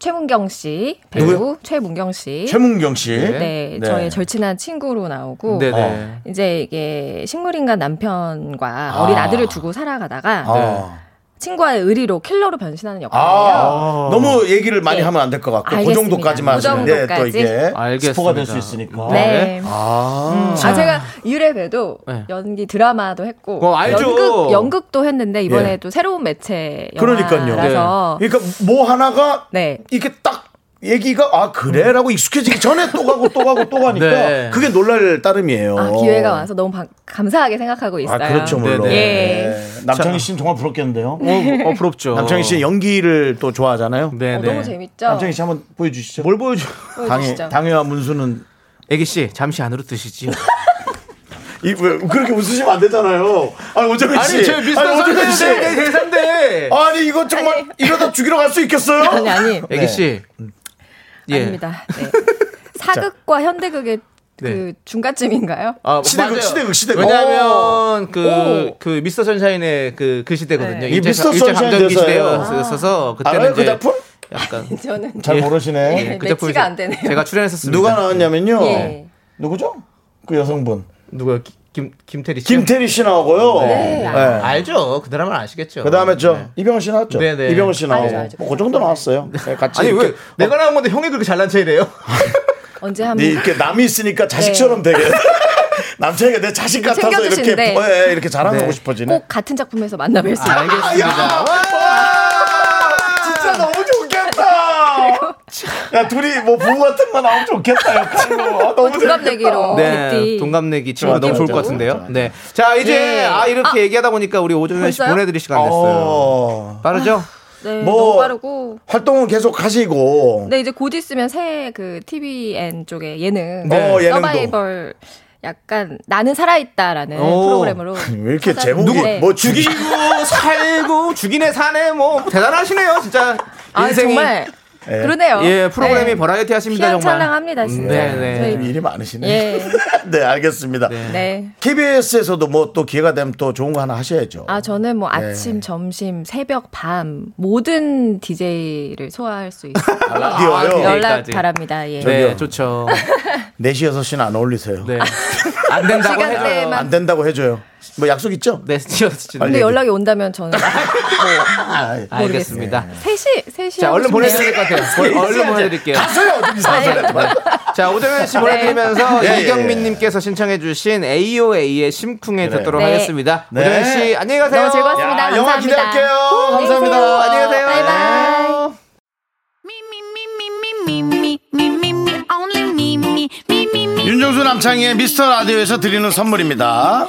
최문경 씨 배우 누구요? 최문경 씨. 최문경 씨. 예? 네, 저의 절친한 친구로 나오고 네네. 어. 이제 이게 식물인간 남편과 어린 아들을 두고 살아가다가 네. 아. 친구와의 의리로 킬러로 변신하는 역할이에요. 아, 너무 얘기를 많이 하면 안 될 것 같고 그 예. 알겠습니다. 정도까지만 그 하시면 예, 또 정도까지. 이게 알겠습니다. 스포가 될 수 있으니까. 네. 아, 아, 제가 유래배도 네. 연기 드라마도 했고 어, 알죠. 연극, 연극도 했는데 이번에 또 새로운 매체 예. 그러니까요. 영화라서 네. 그러니까 뭐 하나가 네. 이게 딱 얘기가 아 그래라고 익숙해지기 전에 또 가고 또 가고 또 가니까 네. 그게 놀랄 따름이에요. 아, 기회가 와서 너무 방- 감사하게 생각하고 있어요. 어. 아, 그렇죠, 물론. 예. 네. 남창희 씨는 정말 부럽겠는데요? 어, 어, 부럽죠. 남창희 씨 연기를 또 좋아하잖아요. 네, 네. 어, 너무 재밌죠. 남창희 씨 한번 보여주시죠. 뭘 보여줘? 당해, 보여주시죠. 당해와 문수는 애기 씨 잠시 안으로 드시지요. 이, 왜, 그렇게 웃으시면 안 되잖아요. 아니, 오정현 씨. 아니, 제 미스터 아니, 오정현 씨. 선배인데, 내 대상인데. 아니, 이거 정말 이러다 죽이러 갈 수 있겠어요? 아니, 아니. 네. 애기 씨. 음. 예. 아닙니다. [LAUGHS] 네. 사극과 현대극의 그 네. 중간쯤인가요? [LAUGHS] 아, 시대극, 맞아요. 시대극, 시대극. 왜냐하면 오. 그, 그 미스터 선샤인의 그, 그 시대거든요. 네. 이 일제, 미스터 일제 선샤인 감정기 대사예요. 시대였어서 그때는 알아요, 이제 그 작품? [LAUGHS] 약간 저는 잘 예. 모르시네. 예, 그 작품 이제 매치가 안 되네요. 제가 출연했었습니다. 누가 나왔냐면요. 예. 누구죠? 그 여성분. 누구요? 기- 김 김태리 씨. 김태리 씨 나오고요. 네. 네. 알죠. 그 드라마는 아시겠죠. 그 다음에 저 네. 이병헌 씨 나왔죠. 네, 네. 이병헌 씨 나오고 알죠, 알죠. 뭐그 정도 나왔어요. 네, 같이 아니 왜 이렇게, 내가 나온 건데 형이 그렇게 잘난 [LAUGHS] 체이래요? 언제 한번 네, 이렇게 남이 있으니까 자식처럼 되게 남자애가 내 자식 같아서 이렇게 챙겨주신데. 예, 예, 이렇게 자랑하고 네. 싶어지네. 꼭 같은 작품에서 만나뵐 수 아, [LAUGHS] 있어요. 알겠습니다. 진짜 너무 좋겠다. 야 둘이 뭐 부부 같은 거 나오면 좋겠다. 역할로. 아, 너무 재밌겠다. 동갑내기로 네, 개띠. 동갑내기 친구 너무 맞아, 좋을 것 맞아, 같은데요. 네, 자 이제 예. 아 이렇게 아, 얘기하다 보니까 우리 오정현 씨 벌써요? 보내드릴 시간 됐어요. 아, 빠르죠? 네, 뭐- 너무 빠르고. 활동은 계속 하시고 네, 이제 곧 있으면 새 그 TVN 쪽의 예능 네. 어, 예능도. 서바이벌 약간 나는 살아있다라는 오. 프로그램으로 [LAUGHS] 네. 왜 이렇게 찾아봤는데. 제목이 뭐 죽이 죽이고 살고 죽이네 사네 뭐 대단하시네요 진짜 아, 인생이. 정말 예. 그러네요. 예 프로그램이 네. 버라이어티하십니다 정말. 음, 희망찬란합니다, 진짜. 네네. 좀 일이 많으시네. 예. [LAUGHS] 네 알겠습니다. 네. KBS에서도 뭐 또 기회가 되면 또 좋은 거 하나 하셔야죠. 아, 저는 뭐 네. 아침, 점심, 새벽, 밤 모든 DJ를 소화할 수 있어요. [LAUGHS] 아, 라디오요? 연락 DJ까지. 바랍니다. 예. 네 좋죠. 4시 6시는 안 어울리세요. [LAUGHS] 네. 안 된다고 해줘요. 시간대에만. 네, 안 된다고 해줘요. 뭐 약속 있죠? 네, 지어서 근데 연락이 온다면 저는 [LAUGHS] 아, 예. 알겠습니다. 셋이 셋이 자, 하고 얼른 싶네요. 보내드릴 것 같아요. 얼른 얼른 보내드릴게요. 네. 가세요. 어디 아, 예. 자, 오정현 씨 네. 보내드리면서 예, 예, 예. 이경민님께서 신청해주신 AOA의 심쿵에 그래. 듣도록 네. 하겠습니다. 네. 오정현 씨, 안녕히 가세요. 너무 즐거웠습니다. 야, 영화 감사합니다. 기대할게요. 감사합니다. 또 안녕히 가세요. 네. 바이바이. 윤정수 남창희의 미스터 라디오에서 드리는 선물입니다.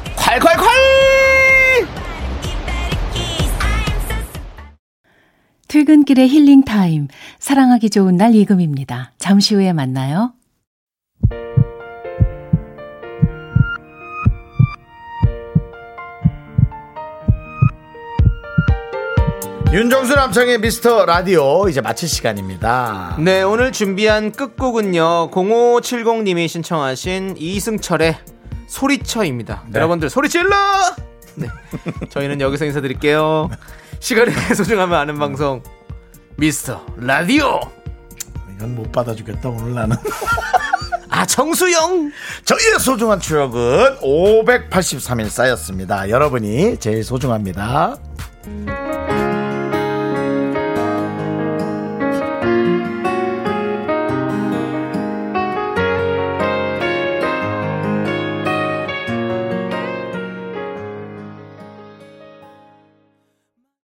콸콸콸! 퇴근길의 힐링 타임. 사랑하기 좋은 날 이금입니다. 잠시 후에 만나요. 윤정수 남창의 미스터 라디오 이제 마칠 시간입니다. 네, 오늘 준비한 끝곡은요. 0570님이 신청하신 이승철의 소리쳐입니다. 여러분들 소리 질러! 네. 저희는 여기서 인사드릴게요. 시간의 소중함을 [LAUGHS] 아는 방송 미스터 라디오. 이건 못 받아주겠다 오늘 나는. [LAUGHS] 아, 정수영. 저희의 소중한 추억은 583일 쌓였습니다. 여러분이 제일 소중합니다.